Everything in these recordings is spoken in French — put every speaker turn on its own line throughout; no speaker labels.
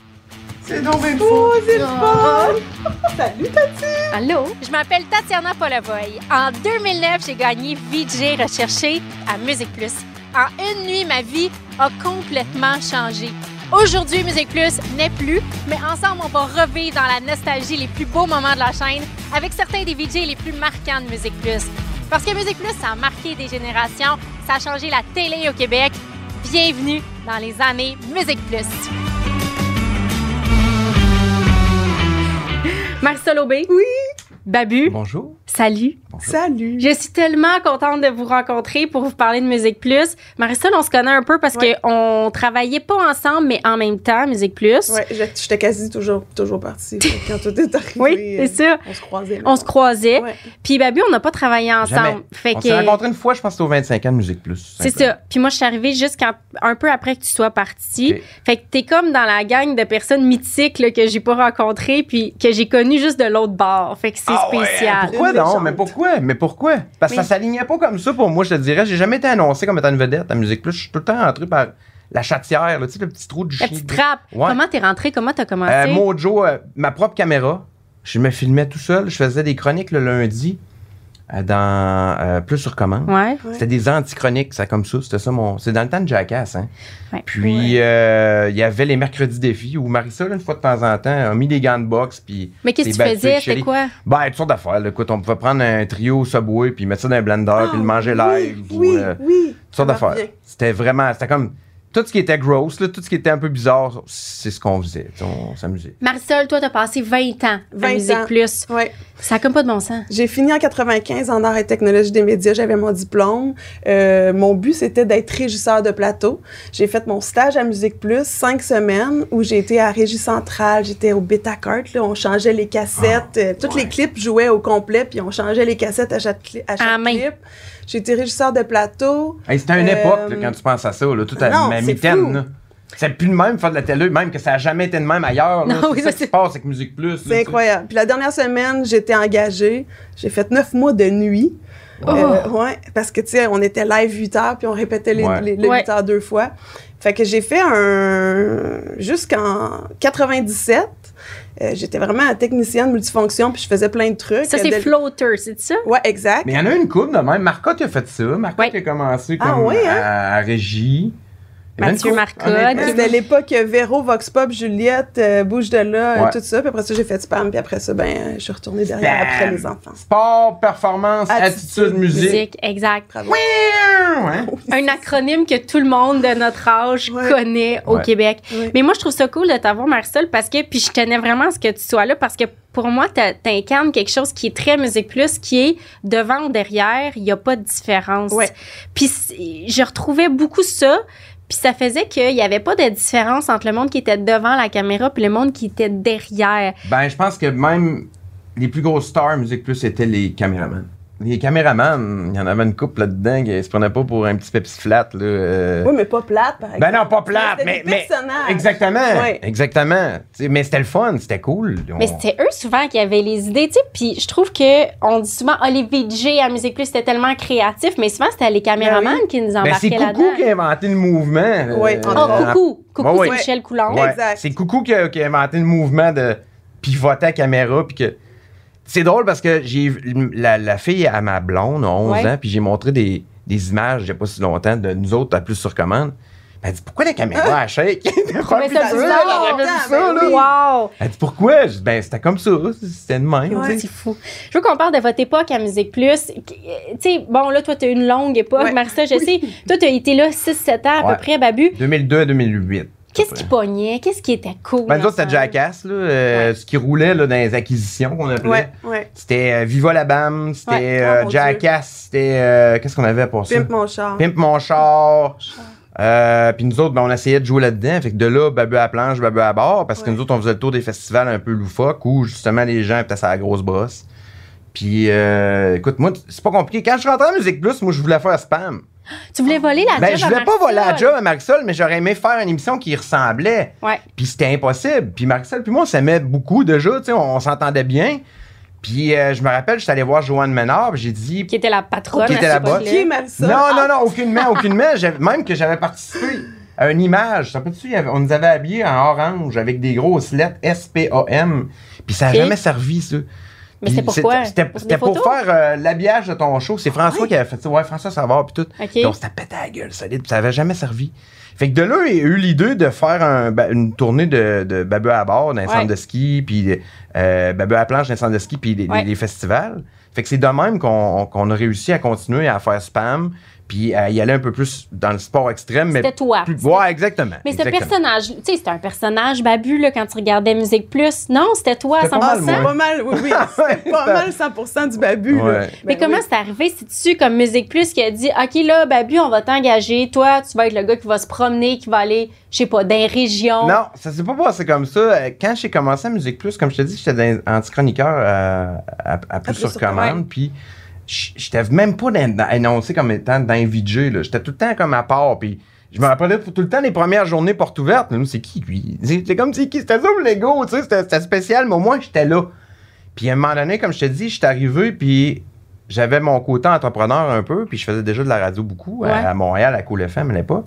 Oh, C'est donc bien
Oh,
fou,
c'est le
ça.
fun. Salut, Tati!
Allô? Je m'appelle Tatiana Polavoy. En 2009, j'ai gagné VJ recherché à Musique Plus. En une nuit, ma vie a complètement changé. Aujourd'hui, Musique Plus n'est plus, mais ensemble, on va revivre dans la nostalgie les plus beaux moments de la chaîne avec certains des VJ les plus marquants de Musique Plus. Parce que Musique Plus, ça a marqué des générations, ça a changé la télé au Québec. Bienvenue dans les années Musique Plus. Marcel Aubé.
Oui.
Babu.
Bonjour.
Salut.
Salut!
Je suis tellement contente de vous rencontrer pour vous parler de Musique Plus. Marisol, on se connaît un peu parce
Ouais.
qu'on travaillait pas ensemble, mais en même temps, Musique Plus.
Ouais, je- j'étais quasi toujours, toujours partie fait que quand tout est arrivé.
Oui,
euh,
c'est ça.
On se croisait. là.
On se croisait.
Ouais.
Puis Babu, on n'a pas travaillé ensemble.
Jamais.
Fait
on
que
s'est rencontrés une fois, je pense, que c'était aux 25 ans de Musique Plus.
c'est ça. Puis moi, je suis arrivée juste quand- un peu après que tu sois parti.
Ok.
Fait que t'es comme dans la gang de personnes mythiques là, que j'ai pas rencontrées puis que j'ai connues juste de l'autre bord. Fait que c'est
Ah ouais,
spécial.
Pourquoi
Une
non?
légende.
Mais pourquoi? Mais pourquoi? Parce que
Mais-
ça s'alignait pas comme ça pour moi, je te dirais. J'ai jamais été annoncé comme étant une vedette à Musique Plus. Je suis tout le temps entré par la chatière, là, tu sais, le petit trou du
La
chien.
petite hein, trappe.
Ouais.
Comment t'es rentrée? Comment t'as commencé?
Euh, Mojo, euh, ma propre caméra. Je me filmais tout seul. Je faisais des chroniques le lundi euh, dans euh, Plus sur commande.
Ouais.
C'était des anti-chroniques, ça comme ça. C'était ça mon. C'est dans le temps de Jackass, hein.
Ouais.
Puis euh, il y avait les mercredis défis où Marissa, là, une fois de temps en temps, a mis des gants de boxe puis.
Mais qu'est-ce
des
que tu
battues de
faisais? C'était
chili.
quoi?
Ben, toutes sortes d'affaires. là. Écoute, on pouvait prendre un trio Subway puis mettre ça dans un blender Ah,
Ah
puis le manger live.
Ah, Oui,
ou,
oui.
euh,
oui.
toutes sortes
Ça me
d'affaires.
revient.
C'était vraiment. C'était comme. Tout ce qui était gross, là, tout ce qui était un peu bizarre, c'est ce qu'on faisait. Tu sais, On s'amusait.
Marisol, toi, t'as passé 20 ans
20
à Musique
ans.
Plus.
Ouais.
Ça a comme pas de bon sens.
J'ai fini en 95 en arts et technologie des médias. J'avais mon diplôme. Euh, mon but, c'était d'être régisseur de plateau. J'ai fait mon stage à Musique Plus, cinq semaines, où j'ai été à Régie Centrale. J'étais au Betacart. Là, on changeait les cassettes. Euh, Tous
ouais.
les clips jouaient au complet, puis on changeait les cassettes à chaque, cli- à chaque
main.
clip. J'ai été régisseur de plateau.
Hey, c'était une
Euh,
époque, là, quand tu penses à ça, là, toute la
non,
ma
c'est
mitaine.
fou.
là. C'est plus le même faire de la télé, même que ça n'a jamais été de même ailleurs. là.
Non,
c'est
oui,
ça
ça,
qui se
c'est-
passe avec Musique Plus. là, tu sais.
C'est incroyable. Puis la dernière semaine, j'étais engagée. J'ai fait neuf mois de nuit.
Oh.
Euh, ouais, parce que, tu sais, on était live 8 heures, puis on répétait les,
Ouais.
les- le
Ouais.
8 heures deux fois. Fait que j'ai fait un. Jusqu'en 97, euh, j'étais vraiment technicienne multifonction, puis je faisais plein de trucs.
Ça, c'est
De-
floater, c'est ça?
Ouais, exact.
Mais il y en a une couple de même. Marcotte a fait ça. Marcotte
Ouais.
a commencé comme
Ah ouais, hein?
à, à régie. Il y en a une
Mathieu
couple,
Marcotte.
honnêtement,
C'était l'époque Véro, Vox Pop, Juliette, euh, Bouge de là,
Ouais.
tout ça. Puis après ça, j'ai fait spam, puis après ça, ben, euh, je suis retournée derrière
Spam.
après les enfants.
Sport, performance, attitude,
Attitude,
musique.
Musique, exact.
Bravo.
Ouais,
Un acronyme que tout le monde de notre âge
Ouais.
connaît au
Ouais.
Québec.
Ouais.
Mais moi, je trouve ça cool de t'avoir, Marisol, parce que, puis je tenais vraiment à ce que tu sois là, parce que pour moi, t'a- t'incarnes quelque chose qui est très Musique Plus, qui est devant ou derrière, il n'y a pas de différence.
Ouais.
Puis c'est- je retrouvais beaucoup ça. Puis ça faisait qu'il n'y avait pas de différence entre le monde qui était devant la caméra puis le monde qui était derrière.
Ben, je pense que même les plus grosses stars Musique Plus étaient les caméramans. Les caméramans, il y en avait une couple là-dedans qui se prenaient pas pour un petit Pepsi flat. Là, euh,
Oui, mais pas plate, par exemple.
Ben non, pas plate, mais,
Oh C'était des
mais
personnages.
exactement,
Ouais.
exactement. Tu sais, mais c'était le fun, c'était cool. On-
Mais c'était eux souvent qui avaient les idées, tu sais. Puis je trouve que on dit souvent, ah, les VJ à Musique Plus, c'était tellement créatif, mais souvent, c'était les caméramans
Ben
qui nous
Ben, c'est
embarquaient
Coucou qui
là-dedans.
a inventé le mouvement.
Ouais,
euh,
entre
Oh,
autres.
coucou! Coucou,
Ouais, ouais.
c'est Michel Coulon.
Ouais,
Exact.
C'est Coucou qui a, qui a inventé le mouvement de pivoter à caméra puis que c'est drôle parce que j'ai la, la fille à ma blonde a 11
Ouais.
ans puis j'ai montré des, des images il n'y a pas si longtemps de nous autres à plus sur commande. Ben, Elle dit pourquoi la caméra elle shake
Ah. Mais
Depuis
ça
tout à
bizarre,
l'heure,
longtemps,
j'avais vu ça,
ben
là.
oui.
Wow!
Elle dit pourquoi Je dis, ben c'était comme ça c'était de même.
Ouais.
C'est fou. Je veux qu'on parle de votre époque à Musique Plus. Qu- euh, Tu sais, bon, là, toi, t'as une longue époque,
Ouais.
Marissa, je sais. Toi, t'as été là 6-7 ans à
Ouais.
peu près, Babu.
2002 à 2008.
Qu'est-ce qui pognait? Qu'est-ce qui était cool?
Ben, nous
dans
autres, c'était
ça?
Jackass, là, euh, ce qui roulait là, dans les acquisitions qu'on appelait.
Ouais, ouais.
C'était euh, Viva la Bam, c'était
Ouais.
Oh,
euh,
mon Dieu.
Jackass, c'était. euh, Qu'est-ce qu'on avait pour ça?
Pimp mon char.
Pimp mon char. Euh, puis nous autres, ben, on essayait de jouer là-dedans. Fait que de là, babu à planche, babu à bord. Parce que
Ouais.
nous autres, on faisait le tour des festivals un peu loufoques où justement les gens étaient à la grosse brosse. Puis euh, écoute, moi, c'est pas compliqué. Quand je rentrais en Musique Plus, moi, je voulais faire spam.
Tu voulais voler la
Ben,
job
je
à
voulais pas
Marisol.
voler la job à Marisol, mais j'aurais aimé faire une émission qui y ressemblait.
Ouais.
Puis c'était impossible. Puis Marcel, puis moi, on s'aimait beaucoup déjà, tu sais, on, on s'entendait bien. Puis euh, je me rappelle, j'étais allé voir Joanne Ménard, puis j'ai dit...
Qui était la patronne
Qui
à
était
cette
la boss.
époque-là.
Qui est Marissa?
Non, non, non, aucunement, aucunement. J'avais- Même que j'avais participé à une image. Ça peut-tu, on nous avait habillés en orange avec des grosses lettres S-P-A-M. Puis ça n'a
Ok.
jamais servi, ça.
Mais
Puis
c'est pourquoi?
C'était
Pour des
c'était pour
photos? Ah
faire euh, l'habillage de ton show. C'est François qui avait fait ça. Ouais, François Savard, puis tout.
OK.
Puis on s'était pété à la gueule solide, puis ça avait jamais servi. Fait que de là, il y a eu l'idée de faire un ba- une tournée de, de Babu à bord dans les
Ouais.
centres de ski, puis euh, Babu à la planche dans les centres de ski, puis les, les-
Ouais.
les festivals. Fait que c'est de même qu'on qu'on a réussi à continuer à faire spam, puis à y aller un peu plus dans le sport extrême. mais
C'était toi.
plus-
C'était-
ouais, exactement.
Mais ce
exactement.
personnage, tu sais, c'était un personnage babu là, quand tu regardais Musique Plus. Non, c'était toi à
C'était pas mal,
100
moi.
Pas mal, oui, oui. C'était pas mal 100 du babu. là.
Ouais.
Ben
mais comment
oui.
c'est arrivé? C'est-tu comme Musique Plus qui a dit OK, là, ben, Babu, on va t'engager. Toi, tu vas être le gars qui va se promener, qui va aller, je sais pas, dans les régions.
Non, ça s'est pas passé comme ça. Euh, Quand j'ai commencé à Musique Plus, comme je te dis, j'étais dans- anti-chroniqueur euh, à, à plus
plus
sur
sur
commande.
commande.
Puis j- j'étais même pas dans- dans- annoncé comme étant d'un là. J'étais tout le temps comme à part. Puis je me rappelais pour tout le temps les premières journées portes ouvertes. Nous, c'est qui, lui? C'était comme c'est qui? C'était ça le Lego, tu sais, c'était c'était spécial, mais au moins j'étais là. Puis à un moment donné, comme je te dis, j'étais arrivé, puis j'avais mon côté entrepreneur un peu, puis je faisais déjà de la radio beaucoup à-
Ouais.
à, Montréal, à Cool FM à l'époque.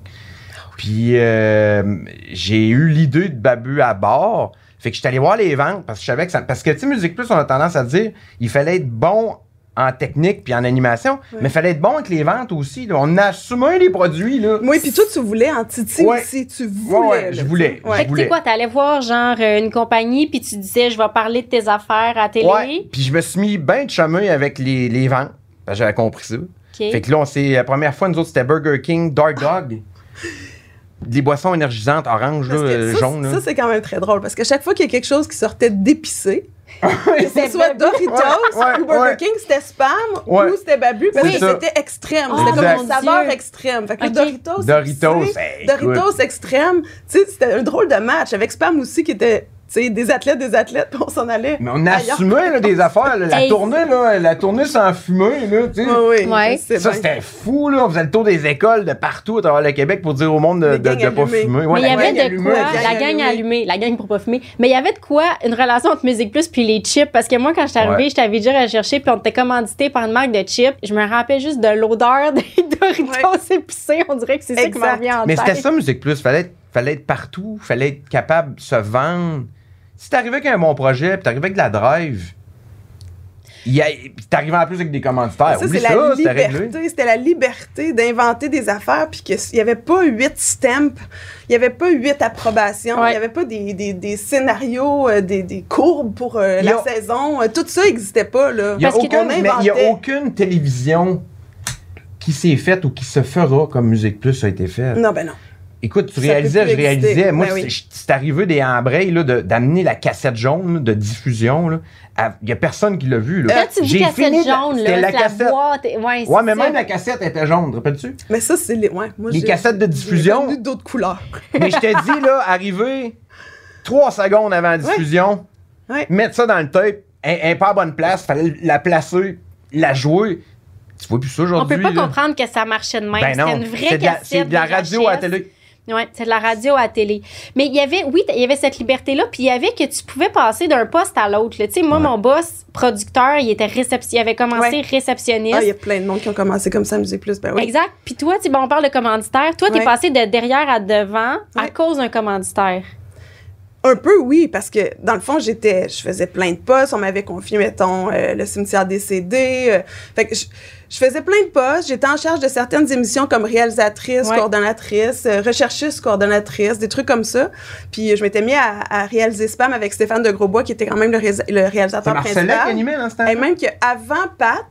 Puis euh, j'ai eu l'idée de Babu à bord. Fait que je suis allé voir les ventes parce que je savais que ça. Parce que, tu sais, Musique Plus, on a tendance à dire il fallait être bon en technique puis en animation, mais il fallait être bon avec les ventes aussi. là. On a assumé les produits, là.
Oui, puis toi, tu voulais en titi
Ouais.
aussi. Tu voulais.
Ouais, ouais,
là,
je
tu-
voulais.
Ouais.
je
Fait que tu sais
voulais.
quoi, t'allais voir genre euh, une compagnie, puis tu disais je vais parler de tes affaires à télé.
Ouais. Puis je me suis mis bien de chemin avec les, les ventes. parce que J'avais compris ça.
OK.
Fait que là, on s'est. La première fois, nous autres, c'était Burger King, Dark Dog. Des boissons énergisantes, orange, là,
Ah! Parce que
euh,
ça,
jaune. là.
ça, c'est quand même très drôle parce que chaque fois qu'il y a quelque chose qui sortait d'épicé, que ce
C'était
soit Doritos
Ouais, ouais,
ou Burger
ouais.
King, c'était Spam
Ouais.
ou c'était Babu parce
Oui.
que
C'est ça.
c'était extrême.
Oh,
c'était
Exact.
comme une
mon
saveur
Dieu.
extrême. Fait que
Ok.
Doritos,
Doritos,
épicé,
hey,
Doritos extrême, tu sais, c'était un drôle de match avec Spam aussi qui était tu sais, des athlètes, des athlètes, puis on s'en allait.
Mais on a
ailleurs.
assumé là, des affaires. là. la
Hey.
tournée, là, la tournée sans fumée, là, tu sais.
Oui,
Ouais.
oui. c'est
Ça, c'était fou, là. On faisait le tour des écoles de partout à travers le Québec pour dire au monde de,
Les
de,
gangs
de pas
allumés.
fumer.
Mais il y
la gang
avait de
allumée,
quoi,
la gang-
la gang allumée, la gang pour pas fumer, mais il y avait de quoi une relation entre Musique Plus puis les chips, parce que moi, quand j'étais arrivée,
Ouais.
j'étais déjà à chercher, puis on était commandité par une marque de chips. Je me rappelle juste de l'odeur des Doritos épicés, on dirait que c'est ça qui
Exact.
m'a revenu en
Mais
tête.
c'était ça, Musique Plus. Fallait être, fallait être partout. Fallait être capable de se vendre. Si t'arrivais avec un bon projet, puis t'arrivais avec de la drive, il y a- puis t'arrivais en plus avec des commanditaires.
Ça,
Oublie
c'est
Ah, ça,
la
c'était réglé.
liberté. C'était la liberté d'inventer des affaires, puis qu'il n'y avait pas huit stamps, il n'y avait pas huit approbations, il
Ouais.
n'y avait pas des, des- des scénarios, euh, des, des courbes pour euh,
Il y
la
a-
saison. Euh, Tout ça n'existait pas, là.
Il n'y a,
Parce qu'il
aucune-
t'en
mais il y a
inventait.
aucune télévision qui s'est faite ou qui se fera comme Musique Plus a été faite.
Non, ben non.
Écoute, tu
Ça peut
réalisais,
plus
je
exister.
réalisais. Moi,
Ben oui.
c'est- c'est arrivé des embrayes là, de- d'amener la cassette jaune là, de diffusion. là, à- Il n'y a personne qui l'a vu. Là.
Là, tu dis
J'ai
cassette
fini la-
jaune,
c'était
là,
la
c'est la
cassette.
boîte. et- Ouais,
Ouais,
c'est
mais
ça.
même la cassette était jaune, te rappelles-tu?
Mais ça, c'est les. Ouais, moi,
Les
j'ai-
cassettes de
j'ai
diffusion.
connu d'autres couleurs.
mais je t'ai dit, là, arriver trois secondes avant la diffusion,
Ouais.
mettre ça dans le tape, elle elle est pas à bonne place, fallait la placer, la jouer. Tu vois plus ça
On
aujourd'hui.
peut pas
là.
comprendre que ça marchait de même.
Ben
c'était
non,
une vraie
c'est de la-
cassette.
c'est de la
de
radio à la
VHS.
télé.
Ouais, c'est de la radio à la télé. Mais il y avait, oui, il y avait cette liberté-là, puis il y avait que tu pouvais passer d'un poste à l'autre. là. Tu sais, moi, mon boss, producteur, il était réception, il avait commencé
Ouais.
réceptionniste.
Ah, il y a plein de monde qui ont commencé comme ça à Musique Plus. Ben oui.
Exact. Puis toi, tu sais, bon, on parle de commanditaire. Toi, t'es
Ouais.
passé de derrière à devant à
Ouais.
cause d'un commanditaire.
Un peu, oui, parce que dans le fond, j'étais, je faisais plein de postes. On m'avait confié, mettons, euh, le cimetière décédé. euh, fait que je, je faisais plein de postes. J'étais en charge de certaines émissions comme réalisatrice,
Ouais.
coordonnatrice, euh, recherchiste, coordonnatrice, des trucs comme ça. Puis euh, je m'étais mis à, à réaliser Spam avec Stéphane de Grosbois, qui était quand même le, résa- le
C'est
réalisateur
Marcelin qui
principal.
animait dans ce temps-là.
Et même qu'avant Pat,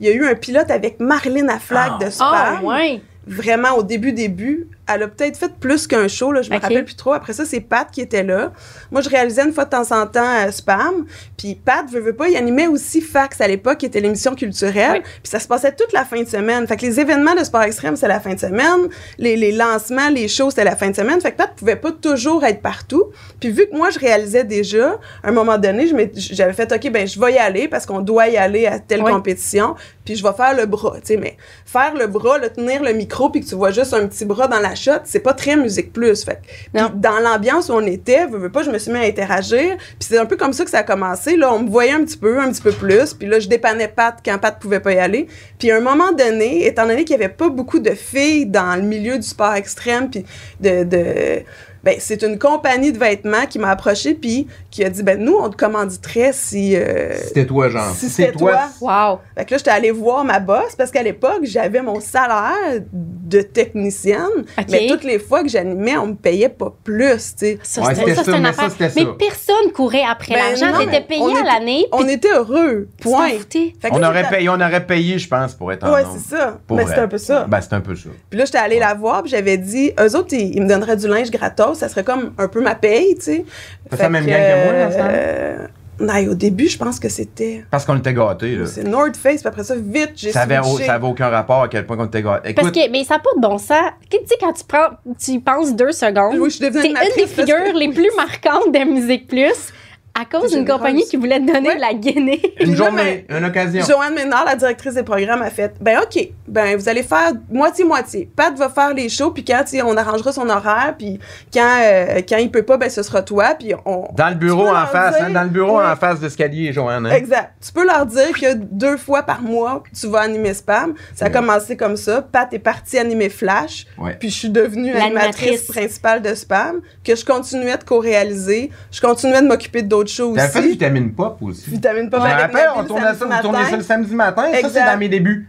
il y a eu un pilote avec Marlène Aflac
Ah.
de Spam
ouais.
vraiment au début début, elle a peut-être fait plus qu'un show là, je me
Ok.
rappelle plus trop. Après ça, c'est Pat qui était là. Moi, je réalisais une fois de temps en temps euh, Spam, puis Pat veut, veut pas, il animait aussi Fax à l'époque qui était l'émission culturelle,
Oui.
puis ça se passait toute la fin de semaine. Fait que les événements de sport extrême, c'est la fin de semaine, les, les lancements, les shows, c'était la fin de semaine. Fait que Pat pouvait pas toujours être partout. Puis vu que moi je réalisais déjà, à un moment donné, je m'étais- j'avais fait OK, ben je vais y aller parce qu'on doit y aller à telle
Oui.
compétition, puis je vais faire le bras, tu sais mais faire le bras, le tenir le micro, puis que tu vois juste un petit bras dans la shot, c'est pas très musique plus. Fait que- puis
Non.
dans l'ambiance où on était, veux, veux pas, je me suis mis à interagir. Puis c'est un peu comme ça que ça a commencé. Là, on me voyait un petit peu, un petit peu plus. Puis là, je dépannais Pat quand Pat pouvait pas y aller. Puis à un moment donné, étant donné qu'il y avait pas beaucoup de filles dans le milieu du sport extrême, puis de, de ben, c'est une compagnie de vêtements qui m'a approché puis qui a dit ben nous on te commanditerait si euh,
C'était toi, genre.
Si c'était toi.
Wow.
fait que là, j'étais allée voir ma boss parce qu'à l'époque, j'avais mon salaire de technicienne,
OK.
mais toutes les fois que j'animais, on me payait pas plus, tu sais.
Ça,
Ouais, c'était
c'était ça,
ça,
c'était une
mais ça,
affaire.
c'était
Mais
ça.
personne courait après
Ben
l'argent.
non,
T'étais
on
payé
est-
à l'année.
On
puis
était heureux,
tu t'en
point.
foutais.
Fait que
On
là,
aurait,
j'étais-
payé, on aurait payé, je pense, pour être en
Ouais,
nombre.
c'est ça.
Pour
mais
vrai.
c'est un peu ça.
Ben, c'est un peu ça.
Puis là, j'étais allée la voir, puis j'avais dit, eux autres, ils, ils me donneraient du linge gratos, ça serait comme un peu ma paye, tu sais.
T'as fait la même gang que moi, dans ce temps-là?
euh, non, au début, je pense que c'était.
Parce qu'on était gâtés, là.
C'est North Face, puis après ça, vite, j'ai
Euh, Ça avait,
switché.
ça avait aucun rapport à quel point qu'on était gâtés.
Parce
Écoute,
que, mais ça n'a pas de bon sens. Tu sais, quand tu prends, tu y penses deux secondes,
Oui, je suis devenue
c'est une des
animatrice parce que-
figures les plus marquantes de Musique Plus à cause
C'est
d'une
généreuse.
compagnie qui voulait te donner
Ouais.
de la guinée.
une
puis là,
journée, une occasion.
Joanne Ménard, la directrice des programmes, a fait Ben, OK, ben, vous allez faire moitié-moitié. Pat va faire les shows, puis quand tu sais, on arrangera son horaire, puis quand, euh, quand il peut pas, ben, ce sera toi, puis on.
Dans le bureau
Tu peux
en
leur
face,
dire-
hein, dans le bureau
Ouais.
en face d'escalier, Joanne. hein.
Exact. Tu peux leur dire que deux fois par mois, tu vas animer Spam. Ça a
Ouais.
commencé comme ça. Pat est partie animer Flash.
Ouais.
Puis je suis devenue
L'animatrice.
animatrice principale de Spam, que je continuais de co-réaliser. Je continuais de m'occuper d'autres shows
T'avais fait du
aussi.
vitamine pop aussi.
Vitamine
Je
pas
me
mal avec
rappelle,
ma
on
vie le
tournait ça,
samedi
on tournait
matin.
ça le samedi matin. Ça, c'est
Exact.
dans mes débuts.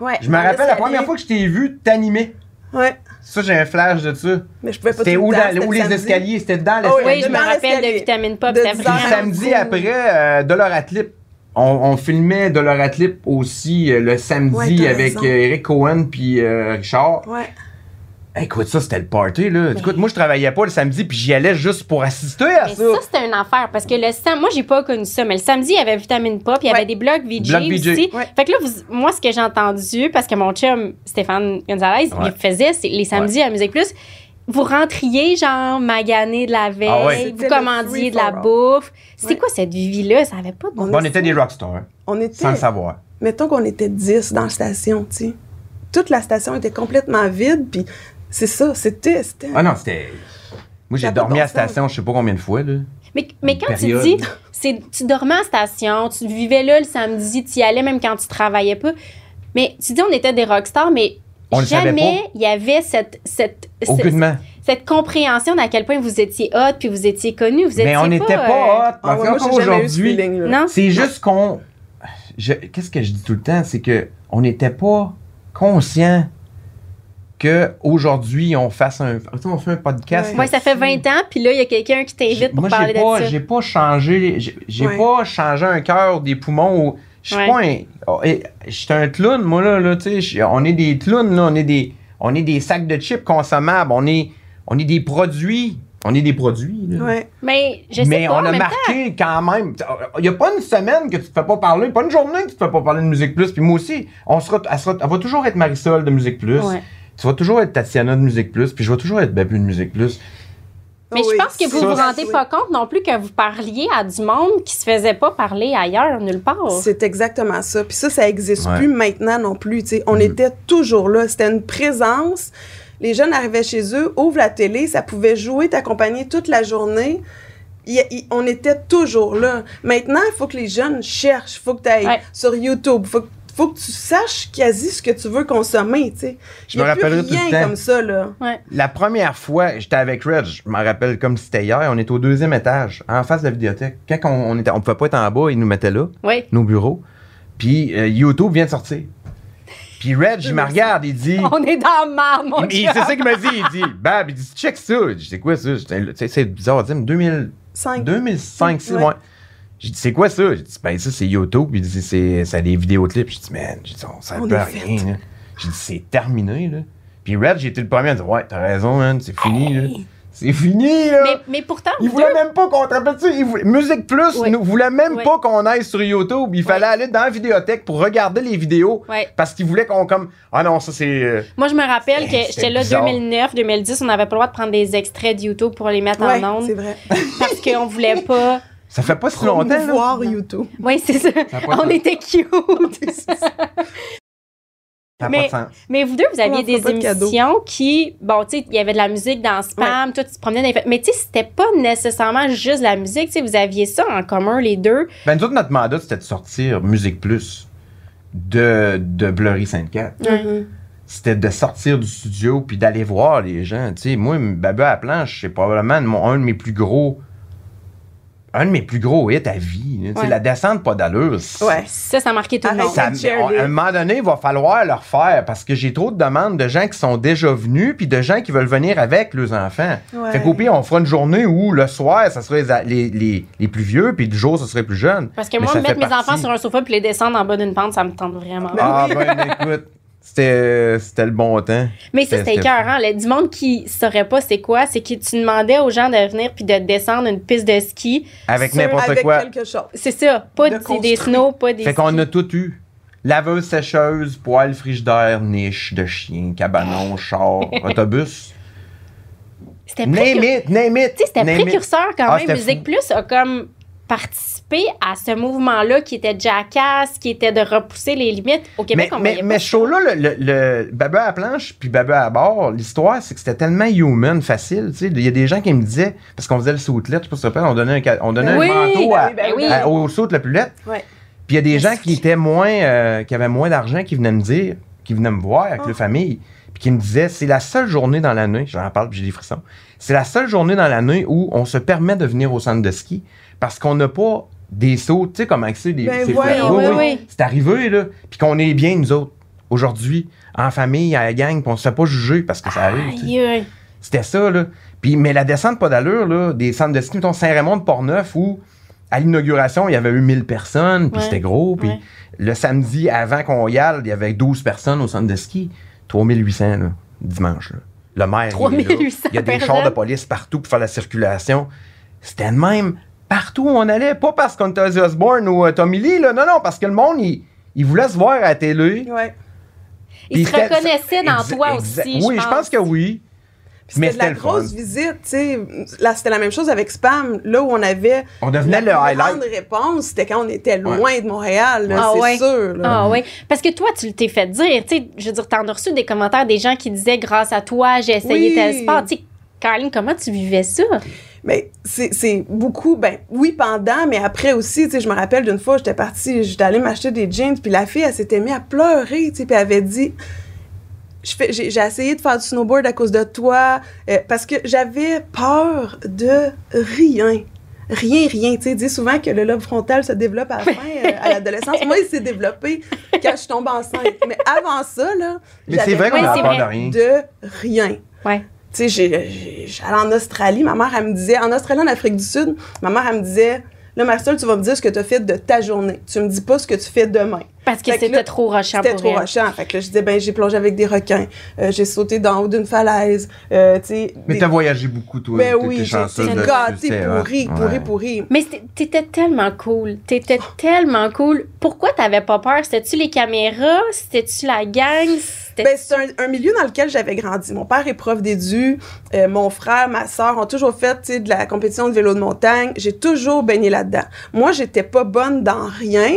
Ouais,
Je me
dans
rappelle la
l'escalier.
première fois que je t'ai vu, t'animais.
Ouais,
Ça, j'ai un flash de ça.
mais je pouvais pas
C'était
tout
où,
le temps,
dans-
c'était
où
le
les
samedi.
escaliers? C'était dans
Oh,
l'escalier.
ouais,
oui, je me
dans
rappelle de
l'escalier.
Vitamine Pop.
De
C'était
10
Puis
heures
vraiment-
à
samedi
Cool.
après, euh, Dollar Atlip. On, on filmait Dollar Atlip aussi euh, le samedi
Ouais, t'as
avec
raison.
euh, Eric Cohen puis euh, Richard.
Ouais.
Écoute, ça, c'était le party, là. Écoute, moi, je travaillais pas le samedi puis j'y allais juste pour assister à
Mais
ça.
ça, c'était une affaire parce que le sam moi, j'ai pas connu ça, mais le samedi, il y avait Vitamine Pop, il y
Ouais.
avait des blogs VJ
Blogs VJ.
aussi.
Ouais.
Fait que là, vous- moi, ce que j'ai entendu, parce que mon chum Stéphane Gonzalez,
Ouais.
il faisait c'est les samedis à Musique Plus, vous rentriez, genre, magané de la veille,
Ah ouais.
vous
C'était le
commandiez de la
free-for-all.
bouffe. C'est
Ouais.
quoi cette vie-là? Ça avait pas de bon
On
Bon, on était des rockstars, hein,
On était.
sans le savoir.
Mettons qu'on était 10 dans la station, tu sais. Toute la station était complètement vide, puis c'est ça, c'était. c'était-
Ah non, c'était. Moi,
Ça
j'ai
a pas
dormi
de
à
bon
la station, je sais pas combien de fois, là.
Mais, mais quand
période.
tu dis, c'est, tu dormais en station, tu vivais là le samedi, tu y allais même quand tu travaillais pas. Mais tu dis, on était des rockstars, mais
On le savait
jamais il y avait cette, cette, cette,
Aucunement.
cette compréhension d'à quel point vous étiez hot puis vous étiez connu. Vous
Mais
étiez
on n'était pas hot.
Ah
Parce
ouais,
qu'encore
moi, j'ai jamais eu ce
aujourd'hui,
feeling-là.
euh, Non?
c'est juste qu'on. je- Qu'est-ce que je dis tout le temps? C'est que on n'était pas conscient qu'aujourd'hui, on fasse un. tu sais, on fait un podcast.
Ouais.
Ouais, ça fait 20 ans, puis là, il y a quelqu'un qui
J'ai-
t'invite pour
Moi,
parler
j'ai
de
pas,
ça.
j'ai pas changé, j'ai j'ai
Ouais.
pas changé un cœur, des poumons. Ou, je suis
Ouais.
pas un, oh, eh, j'étais un clown, moi là, là tu sais, je- on est des clowns, là, on est des, on est des sacs de chips consommables, on est, on est des produits, on est des produits. là.
Ouais.
Mais je sais
Mais
pas,
on
en
a
même
marqué quand même. Il n'y a pas une semaine que tu te fais pas parler, pas une journée que tu te fais pas parler de Musique Plus. Puis moi aussi, on sera, elle, sera- elle va toujours être Marisol de Musique Plus.
temps. Ouais.
Tu vas toujours être Tatiana de Musique Plus. Puis je vais toujours être Babu de Musique Plus.
Mais
Ah Oui,
je pense que vous
ça,
vous
c'est-
rendez pas compte non plus que vous parliez à du monde qui se faisait pas parler ailleurs, nulle part.
C'est exactement ça. Puis ça, ça n'existe
Ouais.
plus maintenant non plus. tu sais. On
Mm.
était toujours là. C'était une présence. Les jeunes arrivaient chez eux, ouvrent la télé, ça pouvait jouer, t'accompagner toute la journée. Il y a- il- on était toujours là. Maintenant, il faut que les jeunes cherchent. Il faut que tu ailles
Ouais.
sur YouTube. faut, que- faut que tu saches quasi ce que tu veux consommer. tu sais.
Je
Il y
me
a plus
rappellerai tout le
rien
temps.
comme ça. Là.
La première fois, j'étais avec Reg, je m'en rappelle comme si c'était hier, on était au deuxième étage, en face de la vidéothèque. Quand on, on était, on pouvait pas être en bas, ils nous mettaient là,
Oui.
nos bureaux. Puis euh, YouTube vient de sortir. Puis Reg, il me regarde, il dit.
On est dans le marre, mon
il- il-
chum.
C'est ça qu'il m'a dit, il dit, Bab, il dit, check ça. Je dis, c'est quoi ça? Je dis, Tu sais, C'est bizarre, dis 2000,
Cinq.
2005, 6
Ouais.
mois. J'ai dit, c'est quoi ça? J'ai dit, ben ça, c'est YouTube. Puis il dit, c'est ça a des vidéoclips. J'ai dit, man, j'ai dit, on ça
On
peut
est
à
fait.
rien. là. J'ai dit, c'est terminé, là. Puis Red, j'ai été le premier à dire, ouais, t'as raison, man, c'est fini, là. C'est fini, là.
Mais, mais pourtant,
Ils
vous deux,
voulaient même pas qu'on te rappelle ça. Ils voulaient- Musique Plus
Ouais.
ne voulait même
Ouais.
pas qu'on aille sur YouTube. Il fallait aller dans la vidéothèque pour regarder les vidéos.
Ouais.
Parce qu'ils voulaient qu'on comme. Ah non, ça c'est. euh,
moi, je me rappelle que
C'était
j'étais là
bizarre.
2009, 2010, on n'avait pas le droit de prendre des extraits de YouTube pour les mettre
Ouais,
en
c'est
ondes
vrai.
parce qu'on voulait pas.
Ça fait pas si longtemps. là.
Promouvoir YouTube.
Oui, c'est ça.
Ça a pas de
On
sens.
était cute.
Ça n'a pas de sens.
Mais vous deux, vous
Ouais,
aviez
on fera
des
pas de cadeau.
émissions qui, bon, tu sais, il y avait de la musique dans Spam, tout, tu te promenais dans les fêtes. Mais tu sais, c'était pas nécessairement juste la musique, tu sais, vous aviez ça en commun, les deux.
Ben, nous autres, notre mandat, c'était de sortir Musique Plus de, de Blurry 54.
Mhm.
C'était de sortir du studio puis d'aller voir les gens. Tu sais, moi, Babu à la planche, c'est probablement mon- un de mes plus gros. Un de mes plus gros hits à vie. là. Tu sais,
Ouais.
La descente, pas d'allure. c'est-
Ouais.
Ça, ça marquait tout le
Arrête.
monde.
Ça-
Jerry.
on- à un moment donné, il va falloir le refaire parce que j'ai trop de demandes de gens qui sont déjà venus puis de gens qui veulent venir avec leurs enfants.
Ouais.
Fait qu'au pire, on fera une journée où le soir, ça serait les, a- les, les- les plus vieux puis le jour, ça serait plus jeune.
Parce que
Mais
moi,
ça fait
mettre mes
partie.
enfants sur un sofa puis les descendre en bas d'une pente, ça me tente vraiment.
Ah,
pas.
ben écoute, c'était c'était le bon temps.
Mais ça, c'était
C'était-
écœurant. là. Du monde qui saurait pas c'est quoi, c'est que tu demandais aux gens de venir puis de descendre une piste de ski.
Avec
Sur-
n'importe
Avec
quoi.
quelque chose.
C'est ça, pas
De
des, des
construire.
snows, pas des.
Fait qu'on
skis.
a tout eu. Laveuse, sécheuse, poêle, frigidaire, niche de chien, cabanon, char, autobus.
C'était précur-
Name it, name it.
Tu sais, c'était
name it.
précurseur quand
Ah,
même.
c'était
Musique
fou.
Plus a comme participé à ce mouvement-là qui était jackass, qui était de repousser les limites. Au Québec,
Mais,
on
mais,
voyait
mais
pas.
ce show-là, le, le, le Baba à la planche puis Baba à bord, l'histoire, c'est que c'était tellement human, facile. tu sais. Il y a des gens qui me disaient, parce qu'on faisait le saut-lettre, je sais pas si tu te rappelles, on donnait un, ca- on donnait
Oui,
un manteau à,
ben
oui.
à- au saut la plus lettre.
Ouais.
Puis il y a des
Mais
gens
c'est
qui
qui-
étaient moins, euh, qui avaient moins d'argent, qui venaient me dire, qui venaient me voir avec
Ah.
leur famille, puis qui me disaient, c'est la seule journée dans l'année, j'en parle, puis j'ai des frissons, c'est la seule journée dans l'année où on se permet de venir au centre de ski parce qu'on n'a pas des sauts, tu sais, comme accès des
Ben
ces fleurs-
voyons,
oui,
ouais.
oui.
c'est arrivé, là. Puis qu'on est bien, nous autres, aujourd'hui, en famille, à la gang, puis on se fait pas juger parce que ça arrive. tu sais.
Aïe, aïe.
C'était ça, là. Puis, mais la descente pas d'allure, là, des centres de ski, mettons Saint-Raymond de Portneuf, où à l'inauguration, il y avait eu 1000 personnes, puis
Ouais.
c'était gros. Puis
Ouais.
le samedi, avant qu'on y aille, il y avait 12 personnes au centre de ski. 3800, là, dimanche, là. Le maire, il, est là.
3800
il y a des
personnes.
chars de police partout pour faire la circulation. C'était le même partout où on allait. Pas parce qu'on était à Osborne ou à Tommy Lee, là. Non, non, parce que le monde, il, il voulait se voir à la télé.
Ouais.
Ils
Puis
se
c'était-
reconnaissaient dans
Exa-
toi
exa-
aussi.
Oui, je pense que oui.
Puis
Mais
C'était de
c'était
la
le fun.
grosse visite, tu sais. Là, c'était la même chose avec Spam. Là où on avait
On devenait le
la
highlight.
grande réponse, c'était quand on était loin de Montréal, là,
Ah
c'est
ouais.
sûr. là.
Ah oui, parce que toi, tu t'es fait dire, tu sais, je veux dire, t'en as reçu des commentaires des gens qui disaient « Grâce à toi, j'ai essayé
Oui.
tel sport ». Tu sais, Caroline, comment tu vivais ça?
Mais c'est c'est beaucoup, ben oui, pendant, mais après aussi, tu sais, je me rappelle d'une fois, j'étais partie, j'étais allée m'acheter des jeans, puis la fille, elle s'était mise à pleurer, tu sais, puis elle avait dit, Je fais- j'ai j'ai essayé de faire du snowboard à cause de toi, euh, parce que j'avais peur de rien. Rien, rien. Tu sais, dis souvent que le lobe frontal se développe à la fin, euh, à l'adolescence. Moi, il s'est développé quand je tombe enceinte. Mais avant ça, là,
Mais c'est
j'avais
vrai qu'on
Oui,
a
c'est
peur
vrai.
de rien.
de rien.
Ouais.
Tu sais, j'ai- j'ai- j'allais en Australie, ma mère, elle me disait, en Australie, en Afrique du Sud, ma mère, elle me disait, là, ma soeur, tu vas me dire ce que tu as fait de ta journée. Tu me dis pas ce que tu fais demain.
Parce que
Fait que
c'était
là,
trop rochant
C'était
pour
trop
elle.
rochant. Fait que là, je disais, ben, j'ai plongé avec des requins, euh, j'ai sauté d'en haut d'une falaise, euh, tu sais.
Mais
des-
t'as voyagé beaucoup, toi.
Ben
T'es-
oui,
t'es
j'ai-
chanceuse
j'ai
de ce que tu
gâté,
sais,
pourri,
ouais.
pourri,
Ouais.
pourri.
Mais c'était- t'étais tellement cool. T'étais
Oh.
tellement cool. Pourquoi t'avais pas peur? C'était-tu les caméras? C'était-tu la gang? C'était-
Ben, c'est un, un milieu dans lequel j'avais grandi. Mon père est prof d'édu, euh, mon frère, ma sœur ont toujours fait tu sais, de la compétition de vélo de montagne. J'ai toujours baigné là-dedans. Moi, j'étais pas bonne dans rien.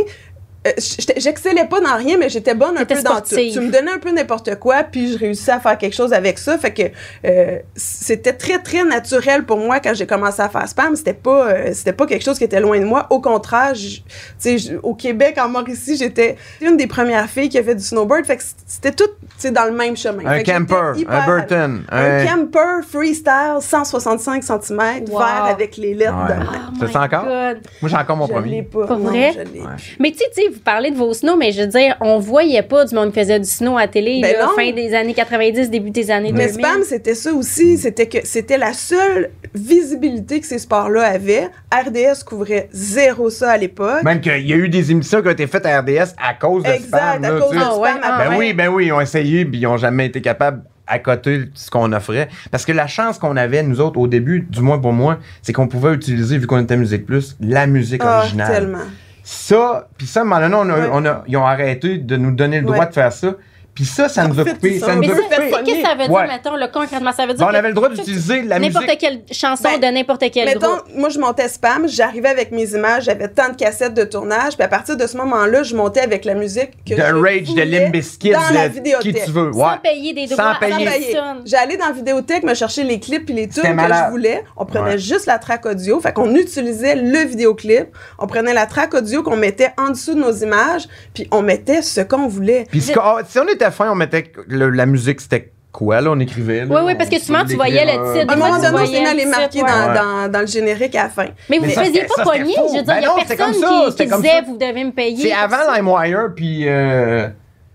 Euh, j'étais- J'excellais pas dans rien, mais j'étais bonne un
T'étais
peu dans tout.
sportive.
Tu me donnais un peu n'importe quoi, puis je réussissais à faire quelque chose avec ça. Fait que euh, c'était très très naturel pour moi quand j'ai commencé à faire spam. C'était pas euh, c'était pas quelque chose qui était loin de moi. Au contraire, je- tu sais, je- au Québec, en Mauricie, j'étais une des premières filles qui a fait du snowboard. Fait que c'était tout, tu sais, dans le même chemin.
Un
Fait que j'étais
camper,
hyper
un
à l'aise.
Burton,
Un camper freestyle 165 cm
Wow.
vert avec les lettres
Ouais.
de
Oh
main.
C'est
my
ça encore?
God.
Moi, j'ai encore mon
Je l'ai
premier.
pas.
Pas
Non,
vrai?
je l'ai.
Ouais.
Mais tu sais, tu sais, vous parlez de vos snows, mais je veux dire, on voyait pas du monde qui faisait du snow à la télé,
Ben
là,
non.
fin des années 90, début des années
Mais
2000.
Spam, c'était ça aussi. C'était que c'était la seule visibilité que ces sports-là avaient. RDS couvrait zéro ça à l'époque.
Même qu'il y a eu des émissions qui ont été faites à RDS à cause de
Exact,
spam.
à
là,
cause
tu
de
sais.
Ah
spam.
ouais, ah
après.
Ben oui, ben oui, ils ont essayé, puis ils n'ont jamais été capables à côté de ce qu'on offrait. Parce que la chance qu'on avait, nous autres, au début, du moins pour moi, c'est qu'on pouvait utiliser, vu qu'on était Musique Plus, la musique
Ah,
originale.
tellement.
Ça, puis ça, à un moment donné, on a-
Ouais.
on a- ils ont arrêté de nous donner le
Ouais.
droit de faire ça. Puis ça, ça nous a
fait,
coupé.
ça,
Ça
on
nous
Mais
a
ça,
peut
coupé.
faire
qu'est-ce que ça veut dire,
Ouais.
mettons, là, concrètement? Ça veut
Ben,
dire
on
que
avait le droit d'utiliser la musique.
n'importe quelle chanson
Ben,
de n'importe quel
Mettons,
groupe.
moi, je montais spam, j'arrivais avec mes images, j'avais tant de cassettes de tournage, puis à partir de ce moment-là, je montais avec la musique
De
que je
Rage, de
voulais.
Limbiskit,
dans la
de qui
vidéothèque.
tu veux.
Sans
Ouais.
payer des
Sans
droits à
payer.
personne.
J'allais dans la vidéothèque me chercher les clips et les tunes
C'était
que
malade.
je voulais. On prenait
Ouais.
juste la track audio. Fait qu'on utilisait le vidéoclip. On prenait la track audio qu'on mettait en dessous de nos images. Puis on mettait ce qu'on voulait.
Puis ce qu'on- ah, si on était fin, on mettait le- la musique, c'était quoi, là? On écrivait. là,
Oui, oui,
on-
parce que souvent, tu
on
voyais
l'écrivait,
le
euh,
titre.
À un
Des
moment
fois, tu
donné, on s'est
voyais
mis à les
le
marquer
titre,
dans,
ouais.
dans- dans le générique à la fin.
Mais vous
Mais
ne
ça,
faisiez
c'était-
pas
ça, c'était
pogner.
faux.
Je veux dire,
Ben
il n'y a
non, c'était
personne
comme ça,
qui,
c'était
qui
comme
disait
ça.
vous devez me payer.
C'est avant LimeWire, puis euh,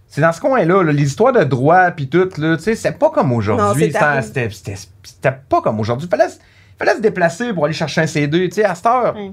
c'est dans ce coin-là, là, les histoires de droit, puis tout, là, tu sais, c'était pas comme
Non,
aujourd'hui.
c'était
ça,
arrivé.
C'était c'était- c'était pas comme aujourd'hui. Fallait, se- fallait se déplacer pour aller chercher un CD, tu sais, à cette heure.
Ouais.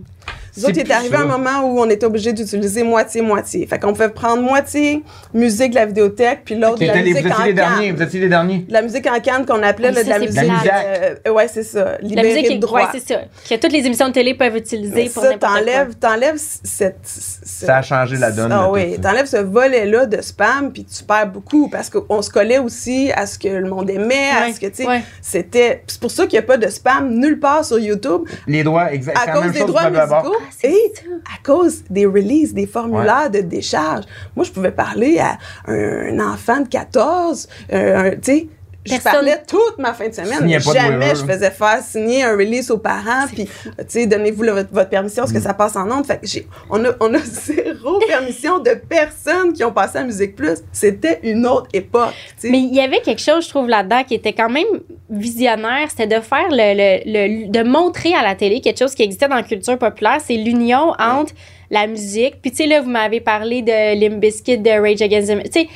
Nous autres, il est arrivé un moment où on était obligé d'utiliser moitié-moitié. Fait qu'on pouvait prendre moitié musique de la vidéothèque, puis l'autre de la
C'était les-
musique
Vous
en
étiez les derniers,
canne.
vous étiez les derniers.
De la musique en canne qu'on appelait
Ah,
là, de
ça,
la
c'est
musique.
plate.
euh, ouais, c'est ça.
La
Libérée
musique
de
est
droit.
ouais, c'est ça. Que toutes les émissions de télé peuvent utiliser
Mais
pour
ça,
n'importe quoi.
t'enlèves, t'enlèves cette, ce-
Ça a changé la donne.
Ah
là,
oui,
tout ça.
t'enlèves ce volet-là de spam, puis tu perds beaucoup parce qu'on se collait aussi à ce que le monde aimait, à
Ouais,
ce que, tu sais,
ouais.
c'était. C'est pour ça qu'il n'y a pas de spam nulle part sur YouTube
Les droits, exactement.
à cause des droits musicaux
Ah, c'est
et
ça.
à cause des releases, des formulaires de décharge. Moi, je pouvais parler à un enfant de 14, euh, un- tu sais. Je
Personne-
parlais toute ma fin de semaine.
Signait pas de
Jamais
waiver.
je faisais faire signer un release aux parents, puis, tu sais, donnez-vous le- votre, votre permission,
Mm.
parce que ça passe en ondes. Fait que j'ai, on a, on a zéro permission de personnes qui ont passé à Musique Plus. C'était une autre époque, tu sais.
Mais il y avait quelque chose, je trouve, là-dedans qui était quand même visionnaire, c'était de faire le, le- le- de montrer à la télé quelque chose qui existait dans la culture populaire, c'est l'union entre la musique, puis tu sais là vous m'avez parlé de Limp Bizkit, de Rage Against the Machine, tu sais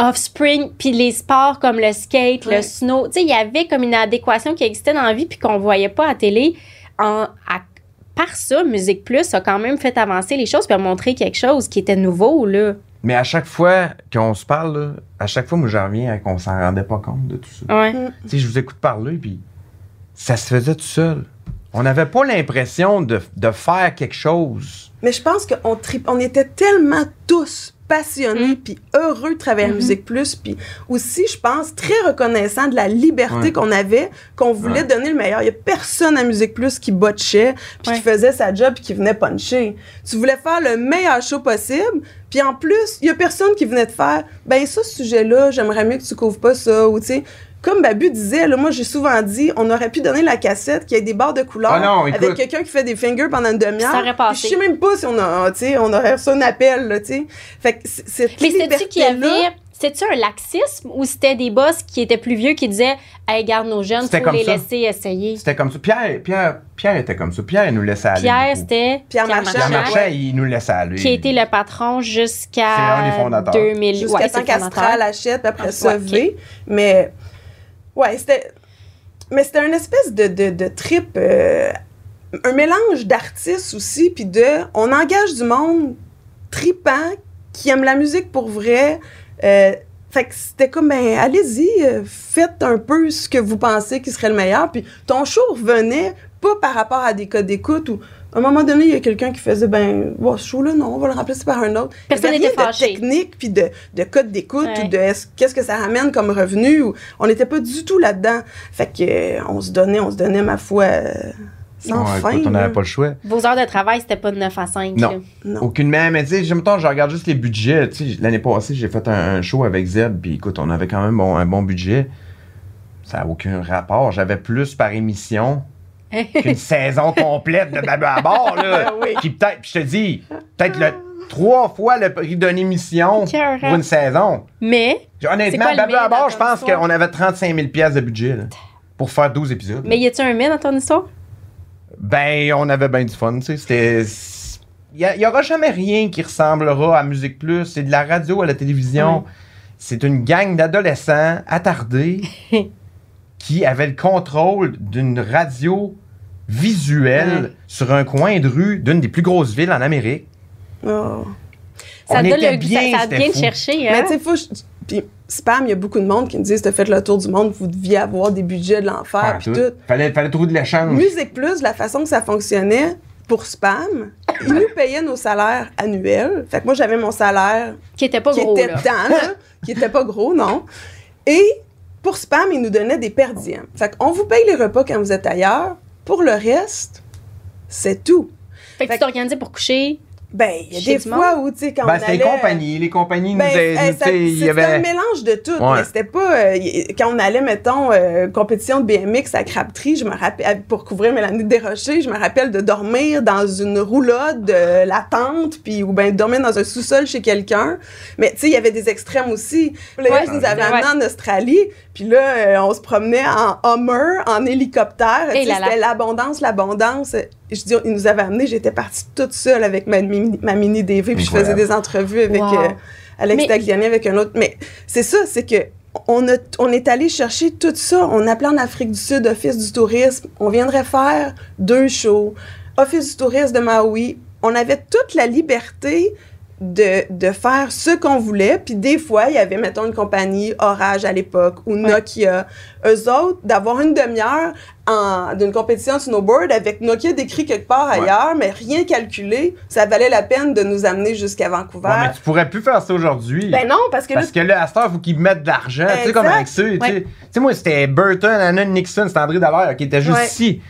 Offspring, puis les sports comme le skate, le
Ouais.
snow, tu sais il y avait comme une adéquation qui existait dans la vie puis qu'on voyait pas à la télé en à- par ça, Musique Plus a quand même fait avancer les choses puis a montré quelque chose qui était nouveau, là.
Mais à chaque fois qu'on se parle, là, à chaque fois, moi, j'en reviens à qu'on s'en rendait pas compte de tout ça.
Ouais.
Tu sais, je vous écoute parler, puis ça se faisait tout seul. On n'avait pas l'impression de, de faire quelque chose.
Mais je pense qu'on trip- on était tellement tous passionnés puis heureux de travailler à Musique Plus puis aussi je pense très reconnaissant de la liberté
Ouais.
qu'on avait qu'on voulait donner le meilleur il y a personne à Musique Plus qui botchait puis qui faisait sa job puis qui venait puncher tu voulais faire le meilleur show possible puis en plus il y a personne qui venait de faire ben ça ce sujet là j'aimerais mieux que tu couvres pas ça ou tu sais comme Babu disait, là, moi j'ai souvent dit, on aurait pu donner la cassette qui a des barres de couleur
Ah non,
avec
écoute.
quelqu'un qui fait des fingers pendant une demi-heure.
Ça aurait passé.
Puis Je sais même pas si on a, tu sais, on aurait reçu un appel, là, tu sais. Fait que c- cette
Mais c'était-tu qu'il y
liberté-là,
avait. C'était-tu un laxisme ou c'était des boss qui étaient plus vieux qui disaient Hey, garde nos jeunes,
C'était
faut
comme
les
ça.
laisser essayer
C'était comme ça. Pierre, Pierre, Pierre était comme ça. Pierre, il nous laissait aller.
Pierre,
beaucoup.
c'était.
Pierre Marchand.
Pierre
Marchand,
Marchand, il nous laissait aller.
Qui a été le patron
C'est
jusqu'à.
un des fondateurs.
2000.
jusqu'à
ouais, c'est
temps
le fondateur.
qu'Astral achète, puis après ça,
Ouais,
V. Mais, ouais, c'était. Mais c'était une espèce de, de, de trip, euh, un mélange d'artistes aussi, puis de. On engage du monde tripant, qui aime la musique pour vrai. Euh, fait que c'était comme, ben, allez-y, euh, faites un peu ce que vous pensez qui serait le meilleur. Puis ton show revenait pas par rapport à des codes d'écoute ou à un moment donné, il y a quelqu'un qui faisait, ben, bon, ce show-là, non, on va le remplacer par un autre. Il y
Personne
avait
n'était
rien de
fâché.
technique, puis de, de code d'écoute
Ouais.
ou de est-ce- qu'est-ce que ça ramène comme revenu. ou- on n'était pas du tout là-dedans. Fait que euh, on se donnait, on se donnait, ma foi, euh, sans
Ouais,
fin.
écoute, on
là.
n'avait pas le choix.
Vos heures de travail, c'était pas de 9 à 5.
Non.
là.
Non.
Aucune même. Mais tu sais, je- mettons, je regarde juste les budgets. Tu sais, l'année passée, j'ai fait un, un show avec Zeb, puis écoute, on avait quand même bon- un bon budget. Ça n'a aucun rapport. J'avais plus par émission qu'une saison complète de Babu à bord, là.
Ah oui.
Qui peut-être, puis je te dis, peut-être le- trois fois le prix d'une émission
Écœurant.
pour une saison.
Mais, C'est
Honnêtement,
quoi le
Babu à
mail dans
bord, je
ton
pense
histoire?
qu'on avait 35 000 pièces de budget là, pour faire 12 épisodes.
mais y a-tu un mais dans ton histoire?
Ben, on avait bien du fun, tu sais. C'était. Il y, aura jamais rien qui ressemblera à Musique Plus. C'est de la radio à la télévision. C'est une gang d'adolescents attardés qui avaient le contrôle d'une radio visuelle
Ouais.
sur un coin de rue d'une des plus grosses villes en Amérique.
Oh.
On
Ça donne
était
le
bien,
ça, ça
c'était
vient de
fou.
chercher.
Mais
Hein?
tu sais, faut. je- Puis, spam, il y a beaucoup de monde qui me disent, t'as fait le tour du monde, vous deviez avoir des budgets de l'enfer, Ah, puis tout.
Fallait, fallait trouver de l'échange.
Musique Plus, la façon que ça fonctionnait pour spam, ils nous payaient nos salaires annuels. Fait que moi, j'avais mon salaire
qui était pas
qui
gros.
était
là.
tant, là. qui était pas gros, non. Et pour Spam, ils nous donnaient des per diem. Fait qu'on vous paye les repas quand vous êtes ailleurs. Pour le reste, c'est tout.
Fait que
Fait
tu t'organisais pour coucher.
Ben, il y a
Chez
des
du
fois où, tu sais, quand
Ben,
on
c'était les
allait-
compagnies. Les compagnies nous
Ben,
aidaient.
hey,
tu
ça-
sais, il y
c'était un
avait.
mélange de tout.
Ouais.
mais C'était pas. euh, y- quand on allait, mettons, euh, compétition de BMX à Crabtree, je me rappelle, pour couvrir Mélanie Desrochers, je me rappelle de dormir dans une roulotte de la tente, puis, ou bien dormir dans un sous-sol chez quelqu'un. Mais, tu sais, il y avait des extrêmes aussi. Les
Ouais,
gars nous avaient
ouais.
amenés en Australie, puis là, euh, on se promenait en Hummer, en hélicoptère.
Et
Tu sais,
là là.
C'était l'abondance, l'abondance. Je dis, ils nous avaient amenés, j'étais partie toute seule avec ma mini, ma mini DV, puis je faisais
Incroyable.
des entrevues avec.
Wow.
euh, Alex
Mais-
Tagliani avec un autre. Mais c'est ça, c'est que on, a- on est allé chercher tout ça. On appelait en Afrique du Sud Office du tourisme. On viendrait faire deux shows. Office du tourisme de Maui. On avait toute la liberté de, de faire ce qu'on voulait. Puis des fois, il y avait, mettons, une compagnie Orage à l'époque ou Nokia. Eux autres, d'avoir une demi-heure en- d'une compétition de snowboard avec Nokia décrit quelque part
Ouais.
ailleurs, mais rien calculé, ça valait la peine de nous amener jusqu'à Vancouver.
Ouais, mais tu pourrais plus faire ça aujourd'hui.
Ben non, parce que là,
Parce que là, à cette heure, il faut qu'ils mettent de l'argent. Tu sais,
Exact.
comme avec ça. Tu sais. Tu sais, moi, c'était Burton, Anna Nixon, c'était André Dallaire qui était juste
Ouais.
ici.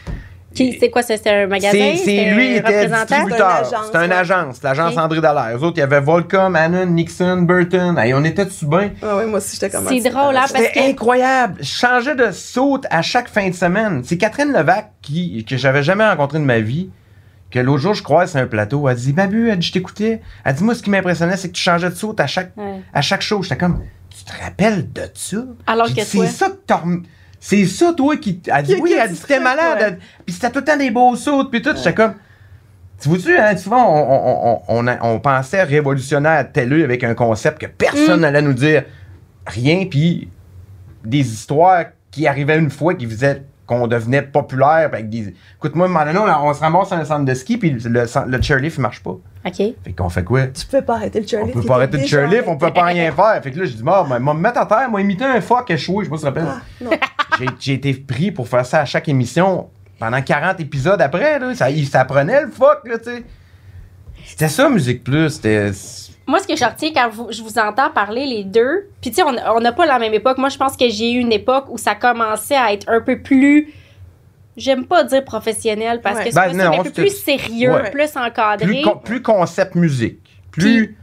Qui- C'est quoi ça? C'était un magasin?
C'est
C'était
c'est lui, il
un
était
représentant?
distributeur.
C'est une agence,
C'était une
ouais.
agence, l'agence
Ok.
André Dallaire. Eux autres, il y avait Volcom, Anna, Nixon, Burton. Hey, on était dessus bien.
ah Ouais, ouais, moi aussi, j'étais comme
C'est drôle, hein, parce
C'était
que
incroyable. Je changeais de saute à chaque fin de semaine. C'est Catherine Levac qui, que j'avais jamais rencontrée de ma vie. Que l'autre jour, je croise sur un plateau. Elle dit Babu, elle dit, je t'écoutais. Elle dit Moi, ce qui m'impressionnait, c'est que tu changeais de saute à chaque,
Ouais.
à chaque show. J'étais comme Tu te rappelles de ça
Alors
J'ai
que
dit,
toi.
C'est ça que t'as rem- C'est ça, toi, qui. t- Elle dit
Qui-
Oui,
qui
elle dit
tu
T'es
tripes,
malade.
ouais.
Elle dit- Puis c'était tout le temps des beaux sautes. Puis tout. J'étais comme tu vois-tu, hein, souvent, on, on, on, on, on pensait révolutionnaire tel lieu avec un concept que
Mm.
personne n'allait nous dire rien, puis des histoires qui arrivaient une fois qui faisaient qu'on devenait populaire. puis Avec des... Écoute-moi, à un moment donné, on, on se ramasse à un centre de ski, puis le, le, cent- le chairlift marche pas.
OK.
Fait qu'on fait quoi?
tu peux pas arrêter le
On
chairlift.
peut
il
pas
était
arrêter de
déjà
chairlift,
arrêté.
on peut pas rien faire. Fait que là, j'ai dit, mort, mais ben, me mettre à terre, m'a imité un phoque échoué, je sais pas si tu te rappelles.
Ah, non.
J'ai- J'ai été pris pour faire ça à chaque émission pendant 40 épisodes après. Là. Ça, il- ça prenait le fuck, là, tu sais. C'était ça, Musique Plus. C'était.
Moi, ce que je retiens quand vous- je vous entends parler les deux, puis tu sais, on on n'a pas la même époque. Moi, je pense que j'ai eu une époque où ça commençait à être un peu plus. J'aime pas dire professionnel parce
Ouais.
que c'est
Ben,
pas ça,
non,
mais un peu
c'était-
plus sérieux,
Ouais.
plus encadré.
Plus, con- plus concept musique. Plus.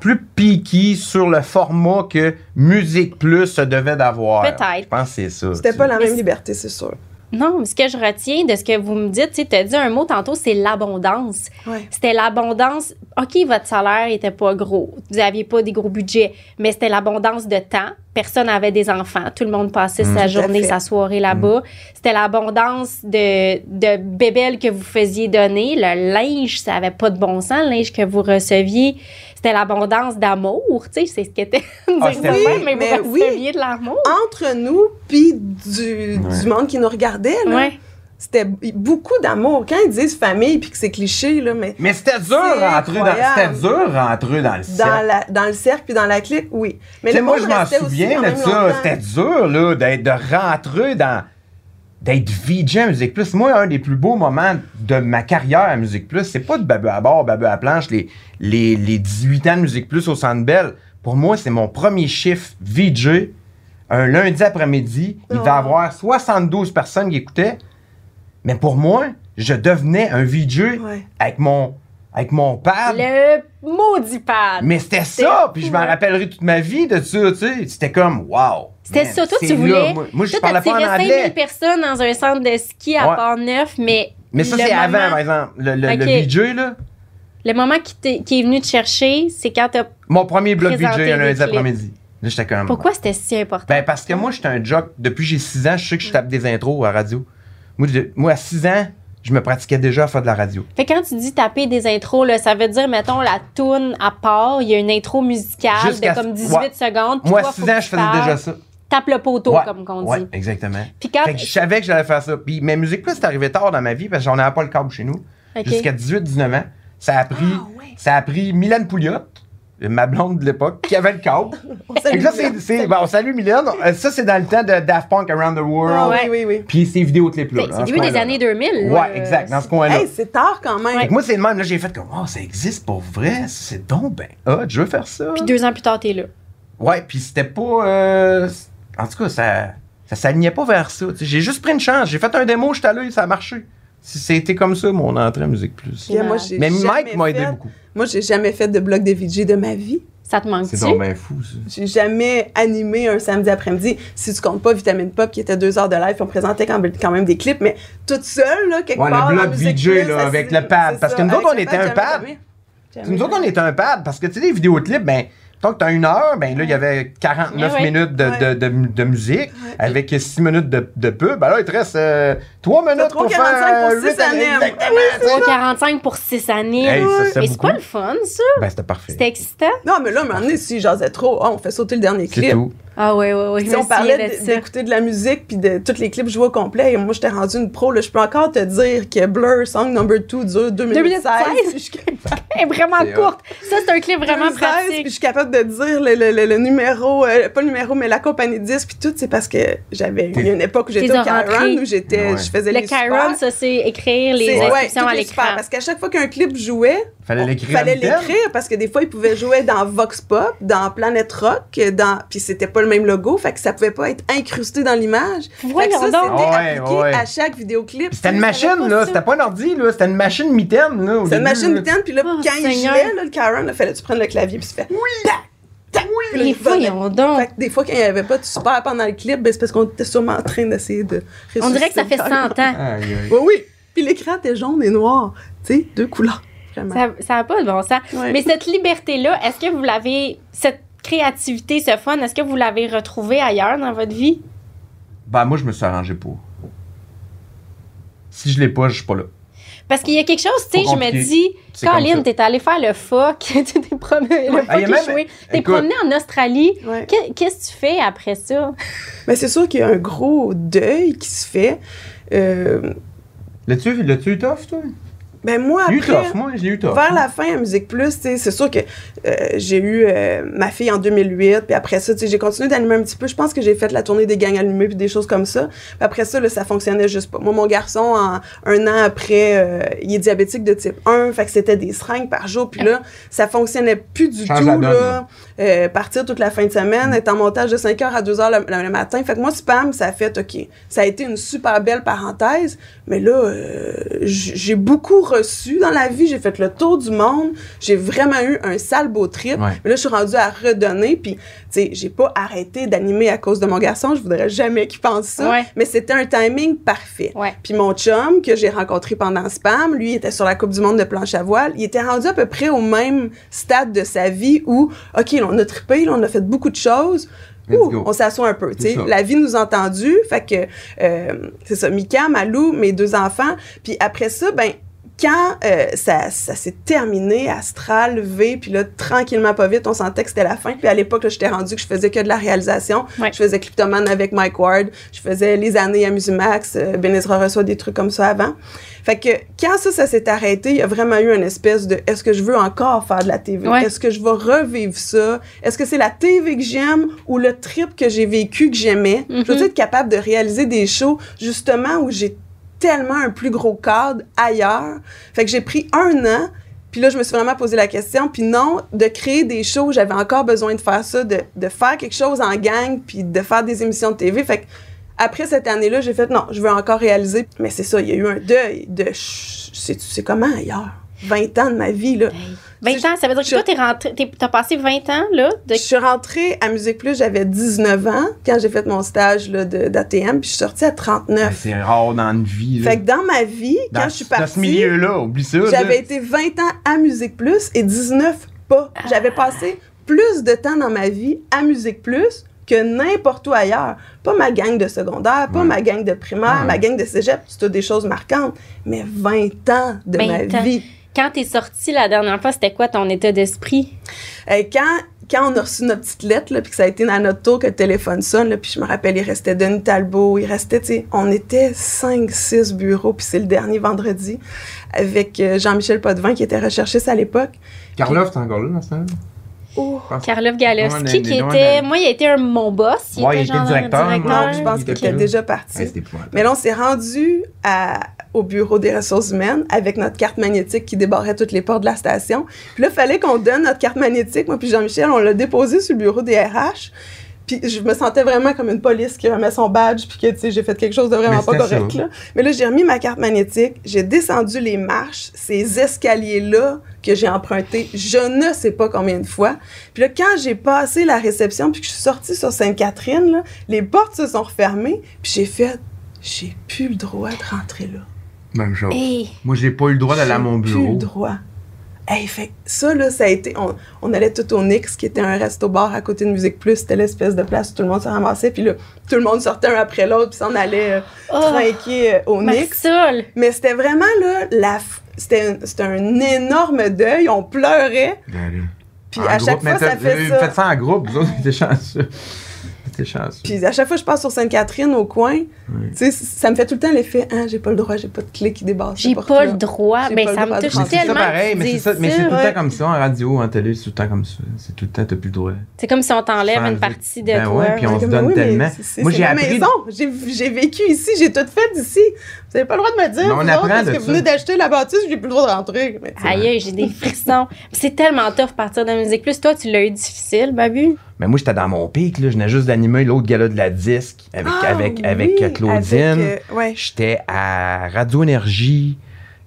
Plus piqué sur le format que Musique Plus se devait d'avoir.
Peut-être.
Je pense que c'est ça.
C'était
tu
pas
sais.
la même liberté, c'est sûr.
Non, mais ce que je retiens de ce que vous me dites, tu as dit un mot tantôt, c'est l'abondance.
Ouais.
C'était l'abondance. OK, votre salaire était pas gros. Vous n'aviez pas des gros budgets, mais c'était l'abondance de temps. Personne n'avait des enfants. Tout le monde passait
Mm.
sa
Tout à
journée,
fait.
sa soirée là-bas. C'était l'abondance de, de bébelles que vous faisiez donner. Le linge, ça avait pas de bon sens, le linge que vous receviez. C'était l'abondance d'amour, tu sais, c'est ce qu'était.
Ah,
dire ça de
c'était-
même, mais,
mais
vous
oui.
receviez de l'amour.
Entre nous, puis du,
Ouais.
du monde qui nous regardait, là,
Ouais.
c'était b- beaucoup d'amour. Quand ils disent famille, puis que c'est cliché, là, mais
Mais c'était dur
C'est
rentrer dans. C'était
incroyable.
dur rentrer dans le
dans,
cercle.
la, dans le cercle puis dans la clique, oui. Mais
Tu sais,
le
moi,
monde
je m'en
restait aussi
souviens
quand
de
même
ça.
longtemps.
C'était dur, là, d'être, de rentrer dans. d'être VJ à Musique Plus. Moi, un des plus beaux moments de ma carrière à Musique Plus, c'est pas de Babu à bord, Babu à planche, les, les, les 18 ans de Musique Plus au Centre Bell. Pour moi, c'est mon premier chiffre VJ. Un lundi après-midi, il va y
Oh.
avoir 72 personnes qui écoutaient. Mais pour moi, je devenais un VJ
Ouais.
avec mon, avec mon pad.
Ah. Le maudit pad.
Mais c'était ça, puis je
hein.
m'en rappellerai toute ma vie de ça, tu sais. C'était comme, wow.
C'était
man,
ça, toi,
c'est
tu
là.
voulais-
Moi, moi, je
Toi,
parlais pas
t'attirais
en
5000
anglais.
personnes dans un centre de ski à
Ouais.
Port-Neuf, mais.
Mais ça,
le
c'est avant,
moment-
par exemple. Le, le, le
Ok.
VJ, là.
Le moment qui, t'est- qui est venu te chercher, c'est quand t'as.
Mon premier blog VJ,
Présenter
un
des
lundi
clips.
après-midi. Là, j'étais comme.
Pourquoi c'était si important?
Ben, parce que moi, j'étais un jock. Depuis que j'ai 6 ans, je sais que je tape des intros à radio. Moi, de- moi à 6 ans, je me pratiquais déjà à faire de la radio.
Fait que quand tu dis taper des intros, là, ça veut dire, mettons, la toune à part, il y a une intro musicale
Jusqu'à-
de comme 18
ouais.
secondes. puis
Moi,
toi,
à 6
faut que
ans,
tu
je faisais
parles.
déjà ça.
Tape le poteau,
Ouais,
comme qu'on
ouais,
dit.
exactement.
Puis quand.
Fait que je savais que j'allais faire ça. Puis, mais Musique Plus, c'est arrivé tard dans ma vie parce que j'en avais pas le câble chez nous.
Ok. Ah,
Jusqu'à 18-19 ans. Ça a pris. Ça a pris Mylène Pouliot, ma blonde de l'époque, qui avait le câble.
On
Fait
s'allume,
que là,
là.
c'est, c'est- bon, on salue Mylène. Euh, Ça, c'est dans le temps de Daft Punk Around the
Ah,
World.
oui, oui, oui.
Puis ces vidéoclips-là.
Fait que
là,
C'est
dans ce
début des
coin-là.
années euh, 2000. là,
Ouais, exact, dans ce coin-là.
Hey, c'est tard quand même.
Fait que moi, c'est le même. Là, j'ai fait comme, oh, ça existe pour vrai. C'est donc ben hot, je veux faire ça.
Puis deux ans plus tard, t'es là.
Ouais, puis c'était pas. euh, en tout cas, ça, ça s'alignait pas vers ça. Tu sais, J'ai juste pris une chance. J'ai fait un démo, j'étais allé, ça a marché. Si C'était comme ça, mon entrée à Musique Plus.
Puis moi, j'ai
Mais
jamais
Mike m'a aidé
fait-
beaucoup.
Moi, j'ai jamais fait de blog de VJ de ma vie.
Ça te manque-tu?
C'est donc bien fou, ça.
J'ai jamais animé un samedi après-midi. Si tu comptes pas Vitamine Pop, qui était deux heures de live, puis on présentait quand quand même des clips, mais toute seule, là, quelque
Ouais, le
part.
blog
en musique
VJ,
plus,
là, avec
assise-
le pad,
c'est
parce que
ça,
nous autres,
avec
on
le
était un pad.
j'avais- j'avais-
Nous autres, on était un pad parce que tu sais, les vidéoclips, ben, tant que t'as une heure, ben là, il y avait 49
Ouais, ouais.
minutes de,
Ouais.
de, de, de musique avec 6 minutes de, de pub. Ben là, il te reste 3 minutes
trois
pour
45
faire.
pour six
huit années.
années.
Exactement, tu sais.
45 pour 6 années.
Hey, ça, c'est
Mais c'est
beaucoup.
pas le fun, ça.
Ben, c'était parfait.
C'était excitant.
Non, mais là, à un moment donné, si j'asais trop, ah, on fait sauter le dernier
C'est
clip.
tout.
Ah ouais, ouais, ouais.
Si
je me
on parlait
souviens
d-
de ça.
d'écouter de la musique puis de tous les clips joués au complet, et moi, j'étais rendue une pro. Là, je peux encore te dire que Blur, Song Number 2, dure 2016.
2016.
Je suis
Elle est vraiment
C'est
courte. Ça, c'est un clip vraiment
2016, Puis je
pratique.
suis capable de dire le, le- le- le numéro, euh, pas le numéro, mais la compagnie 10, puis tout, c'est parce que j'avais il y a une époque où j'étais
T'es
au Chiron,
rentrée.
où j'étais,
Ouais.
je faisais
Le
les
Chiron,
supers.
ça, c'est écrire les
C'est- ouais,
inscriptions
toutes
à
les
l'écran.
supers, Parce qu'à chaque fois qu'un clip jouait,
Fallait
on-
l'écrire. à
fallait
l'antenne.
l'écrire parce que des fois, ils pouvaient jouer dans Vox Pop, dans Planet Rock, dans, puis c'était pas le même logo, fait que ça pouvait pas être incrusté dans l'image. Fait que
Voyons
ça,
donc.
c'était
Ouais,
appliqué
ouais.
à chaque vidéoclip.
C'était une
Ça,
machine,
j'avais pas
là.
ça.
C'était pas un ordi, là. C'était une machine mitaine, là. au
C'est
début,
une machine
là.
mitaine, puis là,
Oh,
quand il
Seigneur.
gelait, là, le Karen, là, fallait que tu prennes le clavier, puis tu fais oui, oui,
Les voyons
Fait
donc.
que des fois, quand il n'y avait pas de super pendant le clip, ben, c'est parce qu'on était sûrement en train d'essayer de
On dirait que ça fait 100 ans.
Aïe, aïe.
Oui, oui. Puis l'écran était jaune et noir. Tu sais, deux couleurs. Vraiment.
Ça ça a pas de bon sens.
Ouais.
Mais cette liberté-là, est-ce que vous l'avez. Cette créativité, ce fun, est-ce que vous l'avez retrouvée ailleurs dans votre vie?
Ben, moi, je me suis arrangé pour. Si je l'ai pas, je suis pas là.
Parce qu'il y a quelque chose, tu sais,
Pas
je me
compliqué.
dis,
C'est comme
Caroline,
ça.
t'es allée faire le fuck, tu t'es promenée, le
Ah, il y a
fuck est
même-
joué, t'es
Écoute.
promenée en Australie.
Ouais.
Que- Qu'est-ce que tu fais après ça?
Mais c'est sûr qu'il y a un gros deuil qui se fait. Euh,
L'as-tu l'as-tu eu tough, toi?
ben moi,
J'ai eu
après...
tough, moi, je l'ai eu tough.
Vers la fin à Musique Plus, tu sais, c'est sûr que euh, j'ai eu euh, ma fille en 2008, puis après ça, tu sais, j'ai continué d'animer un petit peu. Je pense que j'ai fait la tournée des gangs allumés, puis des choses comme ça. Puis après ça, là, ça fonctionnait juste pas. Moi, mon garçon, en- un an après, euh, il est diabétique de type 1, fait que c'était des seringues par jour, puis là, ça fonctionnait plus du
Change
tout.
la donne,
là. Euh, partir toute la fin de semaine, être en montage de 5h à 2h le, le- le matin. Fait que moi, Spam, ça a fait, OK, ça a été une super belle parenthèse, mais là, euh, j- j'ai beaucoup reçu dans la vie, j'ai fait le tour du monde, j'ai vraiment eu un sale beau trip.
Ouais.
Mais là, je suis rendue à redonner, puis, tu sais, j'ai pas arrêté d'animer à cause de mon garçon, je voudrais jamais qu'il pense ça,
Ouais.
mais c'était un timing parfait.
Ouais.
Puis mon chum, que j'ai rencontré pendant Spam, lui, il était sur la Coupe du Monde de planche à voile. Il était rendu à peu près au même stade de sa vie où, OK, là, on a trippé, là, on a fait beaucoup de choses.
Let's
Ouh,
go.
on s'assoit un peu. tu sais.
ça.
La vie nous a entendus. Fait que, euh, c'est ça, Mika, Malou, mes deux enfants. Puis après ça, ben, quand euh, ça, ça s'est terminé, Astral, V, puis là, tranquillement, pas vite, on sentait que c'était la fin. Puis à l'époque, là, j'étais rendu que je faisais que de la réalisation.
Ouais.
Je faisais Cryptoman avec Mike Ward. Je faisais les années à Musimax. Euh, Ben Ezra reçoit des trucs comme ça avant. Fait que quand ça, ça s'est arrêté, il y a vraiment eu une espèce de est-ce que je veux encore faire de la TV?
Ouais.
Est-ce que je vais revivre ça? Est-ce que c'est la TV que j'aime ou le trip que j'ai vécu que j'aimais? Je
Mhm.
veux être capable de réaliser des shows justement où j'ai tellement un plus gros cadre ailleurs. Fait que j'ai pris un an, puis là, je me suis vraiment posé la question. Puis non, de créer des shows, j'avais encore besoin de faire ça, de, de faire quelque chose en gang, puis de faire des émissions de TV. Fait que après cette année-là, j'ai fait non, je veux encore réaliser. Mais c'est ça, il y a eu un deuil de ch- c'est c'est comment ailleurs? 20 ans de ma vie, là.
20 ans, ça veut dire que
Je-
toi, t'es rentré, t'es- t'as passé 20 ans, là, de
Je suis rentrée à Musique Plus, j'avais 19 ans quand j'ai fait mon stage là, de- d'ATM, puis je suis sortie à 39.
Ben, C'est rare dans une vie. là.
Fait que dans ma vie,
dans,
quand je suis
dans ce
partie,
milieu-là, oublie ça. là.
j'avais été 20 ans à Musique Plus et 19 pas. J'avais passé plus de temps dans ma vie à Musique Plus que n'importe où ailleurs. Pas ma gang de secondaire, pas
Ouais.
ma gang de primaire,
Ouais.
ma gang de cégep, c'est toutes des choses marquantes, mais 20 ans de
20
ma
ans.
vie.
Quand t'es sortie la dernière fois, c'était quoi ton état d'esprit?
Hey, quand, quand on a reçu notre petite lettre, là, puis que ça a été dans notre tour que le téléphone sonne, là, puis je me rappelle, il restait Denis Talbot, il restait, tu sais, on était 5-6 bureaux, puis c'est le dernier vendredi, avec euh, Jean-Michel Potvin qui était recherchiste à l'époque.
Karloff, t'es encore là dans ce temps-là?
Oh.
Karlov Galevski,
Ouais,
qui
des- ouais,
était.
des-
Moi, il a été un, mon boss. Il
Ouais, il
était
était
genre
directeur,
un
Non,
Ouais,
je pense
il
qu'il
était
était
là.
déjà parti.
Ouais, c'était épouvantable.
Mais là, on s'est rendu à- au bureau des ressources humaines avec notre carte magnétique qui débarrait toutes les portes de la station. Puis là, il fallait qu'on donne notre carte magnétique. Moi, puis Jean-Michel, on l'a déposée sur le bureau des RH. Puis je me sentais vraiment comme une police qui remet son badge, puis que, tu sais, j'ai fait quelque chose de vraiment
Mais
pas
c'était
correct,
ça.
là. Mais là, j'ai remis ma carte magnétique, j'ai descendu les marches, ces escaliers-là que j'ai empruntés, je ne sais pas combien de fois. Puis là, quand j'ai passé la réception, puis que je suis sortie sur Sainte-Catherine, là, les portes se sont refermées, puis j'ai fait j'ai plus le droit de rentrer là.
Même chose.
Hey.
Moi, j'ai pas eu le droit d'aller à mon
J'ai plus
bureau.
le droit. Hey, fait que ça, là, ça a été. On, on allait tout au Nix, qui était un resto-bar à côté de Musique Plus. C'était l'espèce de place où tout le monde se ramassait. Puis là, tout le monde sortait un après l'autre, puis s'en allait euh,
Oh,
trinquer euh, au Nix.
Maxol.
Mais c'était vraiment, là, la. f- C'était un, c'était un énorme deuil. On pleurait.
Ben, là.
Puis
En
à chaque
groupe, mais
fois,
t'as-
ça fait
euh,
ça.
Faites ça en groupe, vous autres, t'es chanceux. T'es chanceux.
Puis à chaque fois que je passe sur Sainte-Catherine, au coin, tu sais, ça me fait tout le temps l'effet Ah, j'ai pas le droit, j'ai pas de clé qui débarque.
J'ai pas le droit.
J'ai
Mais
pas le
ça me
droit de
touche
Mais
tellement.
c'est
rentrer.
ça pareil,
que tu
mais c'est
dises
ça, mais c'est tout le
ouais.
temps comme ça en radio, en télé, c'est tout le temps comme ça. C'est tout le temps, t'as plus le droit.
C'est comme si on t'enlève
Changer.
une partie de
Ben
toi.
ouais, puis on-
Ouais,
se
comme,
donne
mais
tellement.
c'est- c'est-
Moi,
c'est
j'ai
ma
appris-
maison. J'ai j'ai vécu ici, j'ai tout fait d'ici. Vous avez pas le droit de me dire,
Mais on
vous
apprend
autres, parce
de
que
ça.
vous venez d'acheter la bâtisse, j'ai plus le droit de rentrer. Mais tu sais,
Aïe, aïe, j'ai des frissons. Puis c'est tellement tough partir de la musique. Plus toi, tu l'as eu difficile, Babu.
Mais moi, j'étais dans mon pic, là. Je venais juste d'animer l'autre gala de la disque avec,
Ah,
avec,
oui,
avec euh, Claudine.
avec, euh, ouais.
J'étais à Radio Énergie.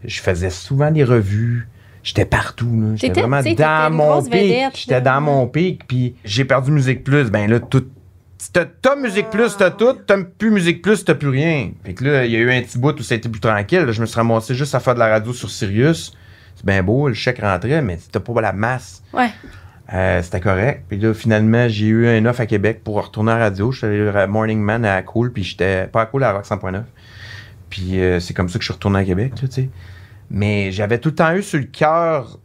Je faisais souvent des revues. J'étais partout. là. J'étais
T'étais-
vraiment
t'sais, t'étais
dans
une
mon
grosse
pic.
vedette,
J'étais
là.
dans mon pic. Puis j'ai perdu Musique Plus. Ben là, tout. T'as, t'as Musique Plus, t'as tout. T'as plus Musique Plus, t'as plus rien. Fait que là, il y a eu un petit bout où ça a été plus tranquille. là. Je me suis ramassé juste à faire de la radio sur Sirius. C'est bien beau, le chèque rentrait, mais t'as pas la masse.
Ouais.
Euh, c'était correct. Puis là, finalement, j'ai eu un offre à Québec pour retourner à la radio. J'étais allé à Morning Man à Cool, puis j'étais pas à Cool à Rock 100.9. Puis euh, c'est comme ça que je suis retourné à Québec, là, tu sais. Mais j'avais tout le temps eu sur le cœur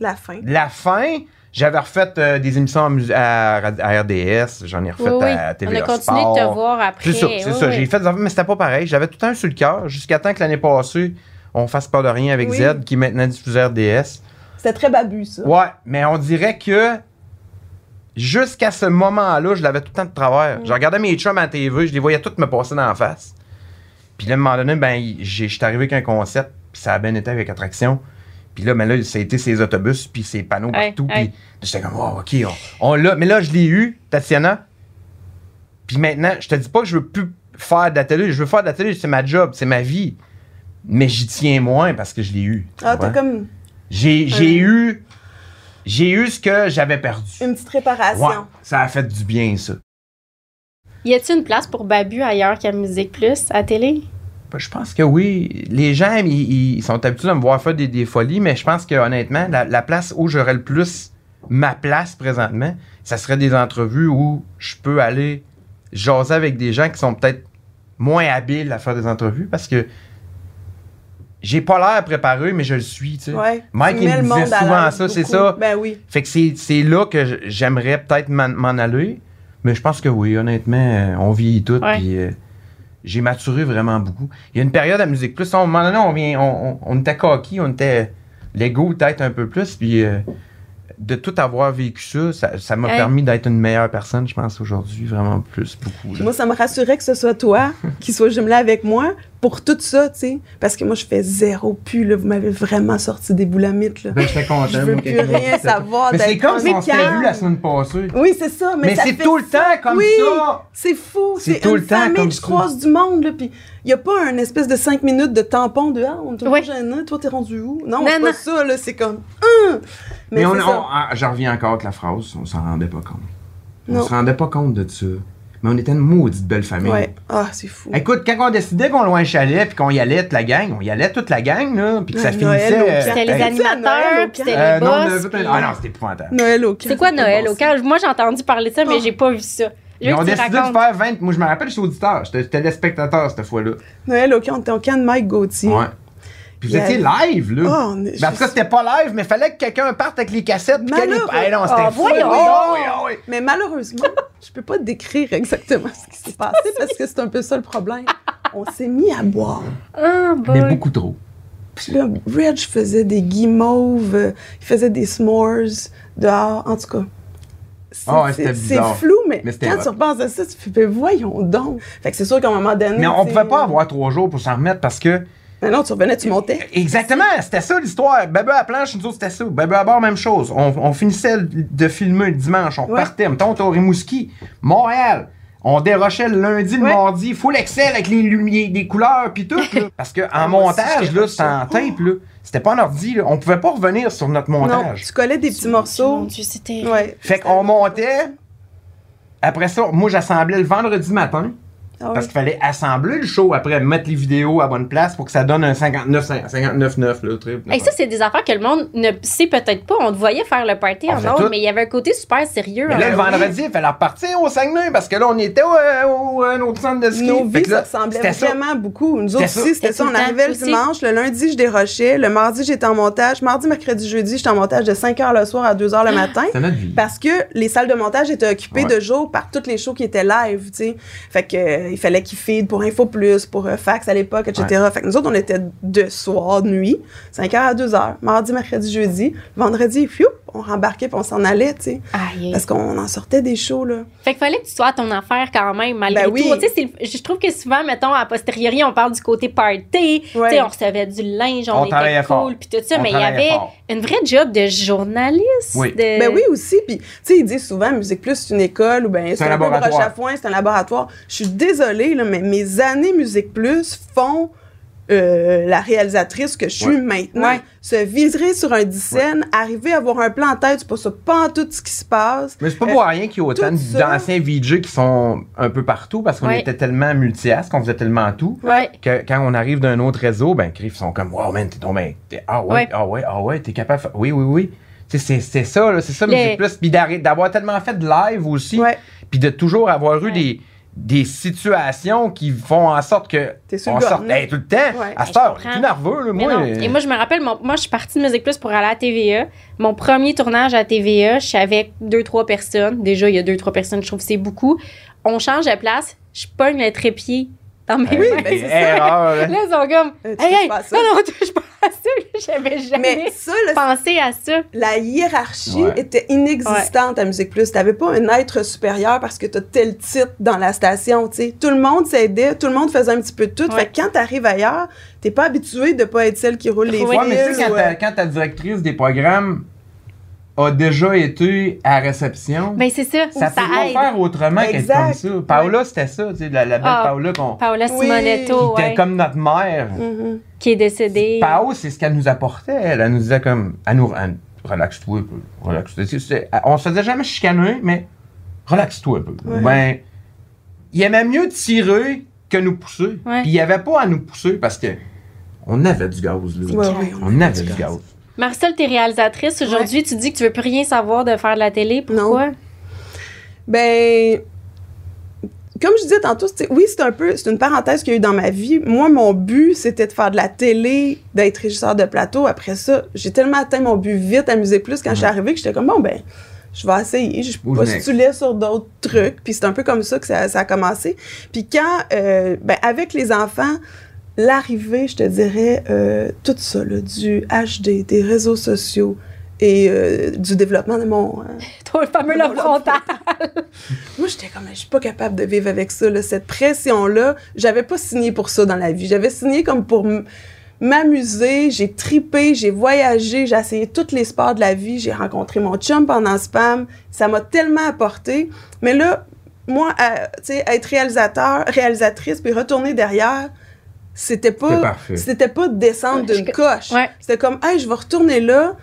La fin.
la fin. J'avais refait euh, des émissions à, mus- à Rad- à RDS, j'en ai refait
Oui, oui.
à
On
TVA
a continué
Sport.
de te voir après.
C'est ça, c'est
Oui,
ça.
oui.
J'ai fait des affaires, mais c'était pas pareil. J'avais tout le temps un sur le cœur, jusqu'à temps que l'année passée, on fasse pas de rien avec
Oui.
Z, qui est maintenant diffusait RDS.
C'était très babu, ça.
Ouais, mais on dirait que jusqu'à ce moment-là, je l'avais tout le temps de
Mm.
travers. Je regardais mes chums à la TV, je les voyais tous me passer dans la face. Puis là, à un moment donné, ben, il- j'ai- j'étais arrivé avec un concept, puis ça a bien été avec Attraction. Puis là, ben là, ça a été ses autobus, puis ses panneaux
Ouais,
partout.
ouais.
Puis j'étais comme, oh, OK, on, on l'a. Mais là, je l'ai eu, Tatiana. Puis maintenant, je te dis pas que je veux plus faire de la télé. Je veux faire de la télé, c'est ma job, c'est ma vie. Mais j'y tiens moins parce que je l'ai eu. tu
Ah, t'as
comprends?
comme
J'ai, j'ai
Ouais.
eu. J'ai eu ce que j'avais perdu.
une petite
Ouais,
réparation.
ça a fait du bien, ça.
Y a-t-il une place pour Babu ailleurs qu'à Musique Plus, à télé?
Ben, Je pense que oui. Les gens, ils, ils sont habitués à me voir faire des, des folies, mais je pense que honnêtement, la, la place où j'aurais le plus ma place présentement, ça serait des entrevues où je peux aller jaser avec des gens qui sont peut-être moins habiles à faire des entrevues parce que j'ai pas l'air préparé, mais je le suis. tu sais.
Ouais.
Mike,
Tu
il me
mets le
disait
monde à
souvent
l'aise
ça, c'est
beaucoup.
ça.
Ben oui.
Fait que c'est c'est là que je- j'aimerais peut-être m'en m'en aller. Mais je pense que oui, honnêtement, euh, on vieillit tout.
Ouais.
Puis euh, j'ai maturé vraiment beaucoup. Il y a une période à Musique Plus, on, à un moment donné, on, vient, on, on- on était coquille, on était Lego peut-être un peu plus. Puis euh, de tout avoir vécu ça, ça ça m'a
Ouais.
permis d'être une meilleure personne, je pense, aujourd'hui, vraiment plus, beaucoup. là.
Moi, ça me rassurait que ce soit toi qui sois jumelé avec moi pour tout ça, tu sais. Parce que moi, je fais zéro pu, là. Vous m'avez vraiment sorti des boulamites, là.
Ben, j'étais content.
Je veux
moi,
plus
que-
rien savoir
Mais c'est
d'être
comme si on s'était
calme.
vu la semaine passée.
Oui, c'est ça. Mais,
Mais,
ça
c'est
fait
tout le
ça.
temps comme
Oui.
ça.
C'est fou,
C'est
c'est
tout
une
le temps
famille,
comme
je
ça.
croise du monde, là, puis il n'y a pas un espèce de 5 minutes de tampon de « Ah, on est toujours
Ouais.
gênés, toi, t'es rendu où? » Non,
Non,
c'est
non.
pas ça, là, c'est comme « Hum! Mais,
Mais, on,
c'est
on-
ça.
ah, j'en reviens encore avec la phrase, on s'en rendait pas compte.
Non.
On se rendait pas compte de ça. Mais on était une maudite belle famille.
Ouais. Ah, c'est fou.
Écoute, quand on décidait qu'on louait un chalet puis qu'on y allait toute la gang, on y allait toute la gang, là, puis que ça
Ouais,
finissait.
Noël au
euh,
camp.
C'était les
Ben, tu sais, à Noël,
animateurs,
au
puis
camp.
c'était
euh,
les
non, on
boss.
avait
puis-
fait un- Ah non, c'était épouvantable.
Noël au camp,
C'est quoi
pas
Noël
bon
au camp? Moi, j'ai entendu parler de ça, mais
Oh.
j'ai pas vu ça. Je
Ils
veux
ont
que tu
décidé de
racontes.
faire 20. Moi, je me rappelle, j'étais auditeur. J'étais j'étais le spectateur cette fois-là.
sens. Noël au camp, on était au camp de Mike Gauthier.
Ouais. Puis vous
Il y
étiez live, là.
Ah, on est-
Ben, après, c'était pas live, mais fallait que quelqu'un parte avec les cassettes. puis que les-
Malheureux.
Ah, non, c'était
Ah,
fou.
voyons.
Ah, oui, ah, oui.
Mais malheureusement, je peux pas décrire exactement ce qui s'est passé parce que c'est un peu ça le problème. On s'est mis à boire.
Ah,
Mais
bon.
beaucoup trop.
Puis là, Reg faisait des guimauves, euh, il faisait des s'mores dehors. En tout cas, c'est
Ah ouais, c'était
c'est- c'est
bizarre.
flou, mais,
Mais c'était
quand
hot.
tu repenses à ça, tu fais, ben voyons donc. Fait que c'est sûr qu'à un moment donné.
Mais on
tu sais,
pouvait pas avoir trois jours pour s'en remettre parce que.
Mais non, tu revenais, tu montais.
Exactement, c'était ça l'histoire. Bébé à planche, nous autres, c'était ça. Bébé à bord, même chose. On, on finissait de filmer le dimanche, on
Ouais.
partait. Mettons, t'es au Rimouski, Montréal. On dérochait le lundi, le
Ouais.
mardi, full Excel avec les lumières, les couleurs, puis tout. là. Parce que en
moi aussi,
montage,
je
là,
déroche
c'était en tape, là. C'était pas en ordi, là. On pouvait pas revenir sur notre
Non,
montage.
tu collais des petits
Mon
morceaux.
Dieu, c'était.
Ouais.
Fait qu'on montait. Après ça, moi, j'assemblais le vendredi matin.
Ah ouais.
Parce qu'il fallait assembler le show après, mettre les vidéos à bonne place pour que ça donne un 59 59 9 là, triple.
Et ça, c'est des affaires que le monde ne sait peut-être pas. On te voyait faire le party
On
en
faisait
ordre,
tout.
mais il y avait un côté super sérieux.
Mais
en
là, le
Ben
ordre.
vendredi, il fallait repartir au Saguenay parce que là, on était au, euh, au, au- au centre de ski.
Nos
Fait
vies,
que là,
ça ressemblait
c'était ça.
vraiment beaucoup. Nous
C'était
autres
ça.
aussi,
C'était
c'était ça.
tout
On
le temps,
arrivait le
aussi.
dimanche. Le lundi, je dérochais. Le mardi, j'étais en montage. Mardi, mercredi, jeudi, j'étais en montage de 5 h le soir à 2 h le matin.
C'était notre vie.
Parce que les salles de montage étaient occupées
Ouais.
de jour par toutes les shows qui étaient live, tu sais. Fait que euh, il fallait qu'ils feed pour Info Plus, pour euh, Fax à l'époque, etc. Fait que nous autres, on était de soir, nuit, 5 h à 2 h mardi, mercredi, jeudi, vendredi, fiou, on rembarquait puis on s'en allait, tu sais.
Aïe.
Parce qu'on en sortait des shows, là.
Fait qu'il fallait que tu sois à ton affaire quand même, malgré
Ben oui.
tout. Tu sais, c'est le- Je trouve que souvent, mettons, à posteriori, on parle du côté party. Tu sais, on recevait du linge,
On
on, était
travaillait fort.
cool, puis tout ça.
On
mais il y
travaillait
avait
fort.
une vraie job de journaliste.
Oui.
de-
Ben oui, aussi. Puis, tu sais, ils disent souvent, Musique Plus, c'est une école ou ben c'est
un
un, peu
laboratoire.
broche à foin, c'est un laboratoire. Je suis désolée, là, mais mes années Musique Plus font euh, la réalisatrice que je suis
Ouais.
maintenant.
Ouais.
Se virer sur un dix scènes, arriver à avoir un plan en tête, c'est pas ça, pas en tout ce qui se passe.
Mais c'est pas
Euh,
pour rien qu'il y a autant
tout ça-
d'anciens VJ qui sont un peu partout parce qu'on
Ouais.
était tellement multiastes, qu'on faisait tellement tout.
Ouais.
que quand on arrive d'un autre réseau, ben, Criff, ils sont comme, wow, man, t'es tombé. t'es- ah ouais,
Ouais.
ah ouais, ah ouais, t'es capable. de faire- Oui, oui, oui. Tu sais, C'est c'est ça, là, c'est ça,
Les-
mais c'est plus. Puis d'arri- d'avoir tellement fait de live aussi,
Ouais.
puis de toujours avoir
Ouais.
eu des, des situations qui font en sorte que.
T'es sur
On
le gars.
sort hey, tout le temps.
Ouais.
À cette heure,
Je
on est
comprends.
plus nerveux, là,
Mais
moi. euh,
non.
euh,
Et moi, je me rappelle, mon- moi, je suis partie de Musique Plus pour aller à TVA. Mon premier tournage à TVA, je suis avec deux, trois personnes. Déjà, il y a deux, trois personnes, je trouve que c'est beaucoup. On change de place, je pogne le trépied dans mes
Hey,
mains.
ben, c'est ça.
erreur, là.
Là, ils sont comme,
Euh, tu
hey,
touches
hey,
pas à ça.
non, non, touche pas à ça. J'avais jamais
Mais ça, là,
pensé à ça.
la hiérarchie
Ouais.
était inexistante à Musique Plus. T'avais pas un être supérieur parce que t'as tel titre dans la station, tu sais. Tout le monde s'aidait, tout le monde faisait un petit peu de tout.
Ouais.
Fait que quand t'arrives ailleurs, t'es pas habitué de pas être celle qui roule les
Ouais,
Ouais, mais tu
fils,
sais, quand,
ouais.
ta- quand ta directrice des programmes a déjà été à réception.
Mais c'est ça,
ça
ça,
peut pas
aide.
faire autrement qu'être
Exact.
comme ça. Paola, c'était ça, tu sais, la, la belle
Ah.
Paola qu'on.
Paola
Oui.
Simonetto,
qui
ouais,
était comme notre mère.
Mhm.
qui est décédée.
Pao, c'est ce qu'elle nous apportait. Elle, elle nous disait comme, à nous, elle- relaxe-toi un peu, relaxe-toi. C'est- c'est- On se faisait jamais chicaner, mais relaxe-toi un peu.
Ouais.
Ben, il aimait mieux tirer que nous pousser.
Ouais.
Puis il n'y avait pas à nous pousser parce que on avait du gaz, là.
Ouais, ouais,
On avait du gaz.
Marcel, t'es réalisatrice. Aujourd'hui, tu dis que tu veux plus rien savoir de faire de la télé. Pourquoi?
Ben, comme je disais tantôt, c'est- oui, c'est un peu, c'est une parenthèse qu'il y a eu dans ma vie. Moi, mon but, c'était de faire de la télé, d'être régisseur de plateau. Après ça, j'ai tellement atteint mon but vite à Musique Plus quand je suis arrivée que j'étais comme, bon, ben, je vais essayer. Je
Who's
postulais sur d'autres trucs. Puis c'est un peu comme ça que ça, ça a commencé. Puis quand, euh, ben, avec les enfants, l'arrivée, je te dirais, euh, tout ça, là, du HD, des réseaux sociaux et euh, du développement de mon. euh,
Toi, le fameux
Non,
love
là,
frontal.
moi, j'étais comme, je suis pas capable de vivre avec ça, là, cette pression-là. J'avais pas signé pour ça dans la vie. J'avais signé comme pour m- m'amuser. J'ai tripé, j'ai voyagé, j'ai essayé tous les sports de la vie. J'ai rencontré mon chum pendant Spam. Ça m'a tellement apporté. Mais là, moi, à- tu sais, être réalisateur, réalisatrice, puis retourner derrière, c'était
C'était
pas,
parfait.
c'était pas de descendre
Ouais,
d'une
je-
coche.
Ouais.
C'était comme, hey, je vais retourner là.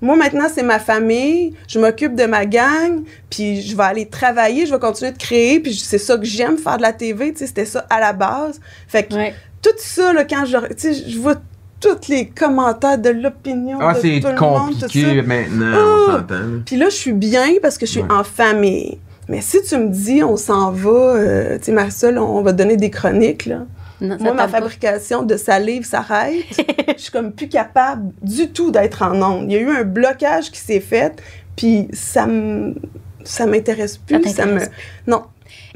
Moi, maintenant, c'est ma famille. Je m'occupe de ma gang. Puis je vais aller travailler. Je vais continuer de créer. Puis c'est ça que j'aime faire de la TV. Tu sais, c'était ça à la base. Fait que
Ouais.
tout ça, là, quand je, tu sais, je vois tous les commentaires de l'opinion
Ah,
de
c'est
tout le monde, tout ça.
compliqué maintenant,
Ah!
on s'entend. là.
Puis là, je suis bien parce que je suis
Ouais.
en famille. Mais si tu me dis, on s'en va, euh, tu sais, Marcel, on va te donner des chroniques, là.
Non, ça
Moi, ma
tente pas.
fabrication de salive s'arrête. je suis comme plus capable du tout d'être en onde. Il y a eu un blocage qui s'est fait, puis ça me ça m'intéresse plus.
Ça
Ça me...
t'intéresse
Non.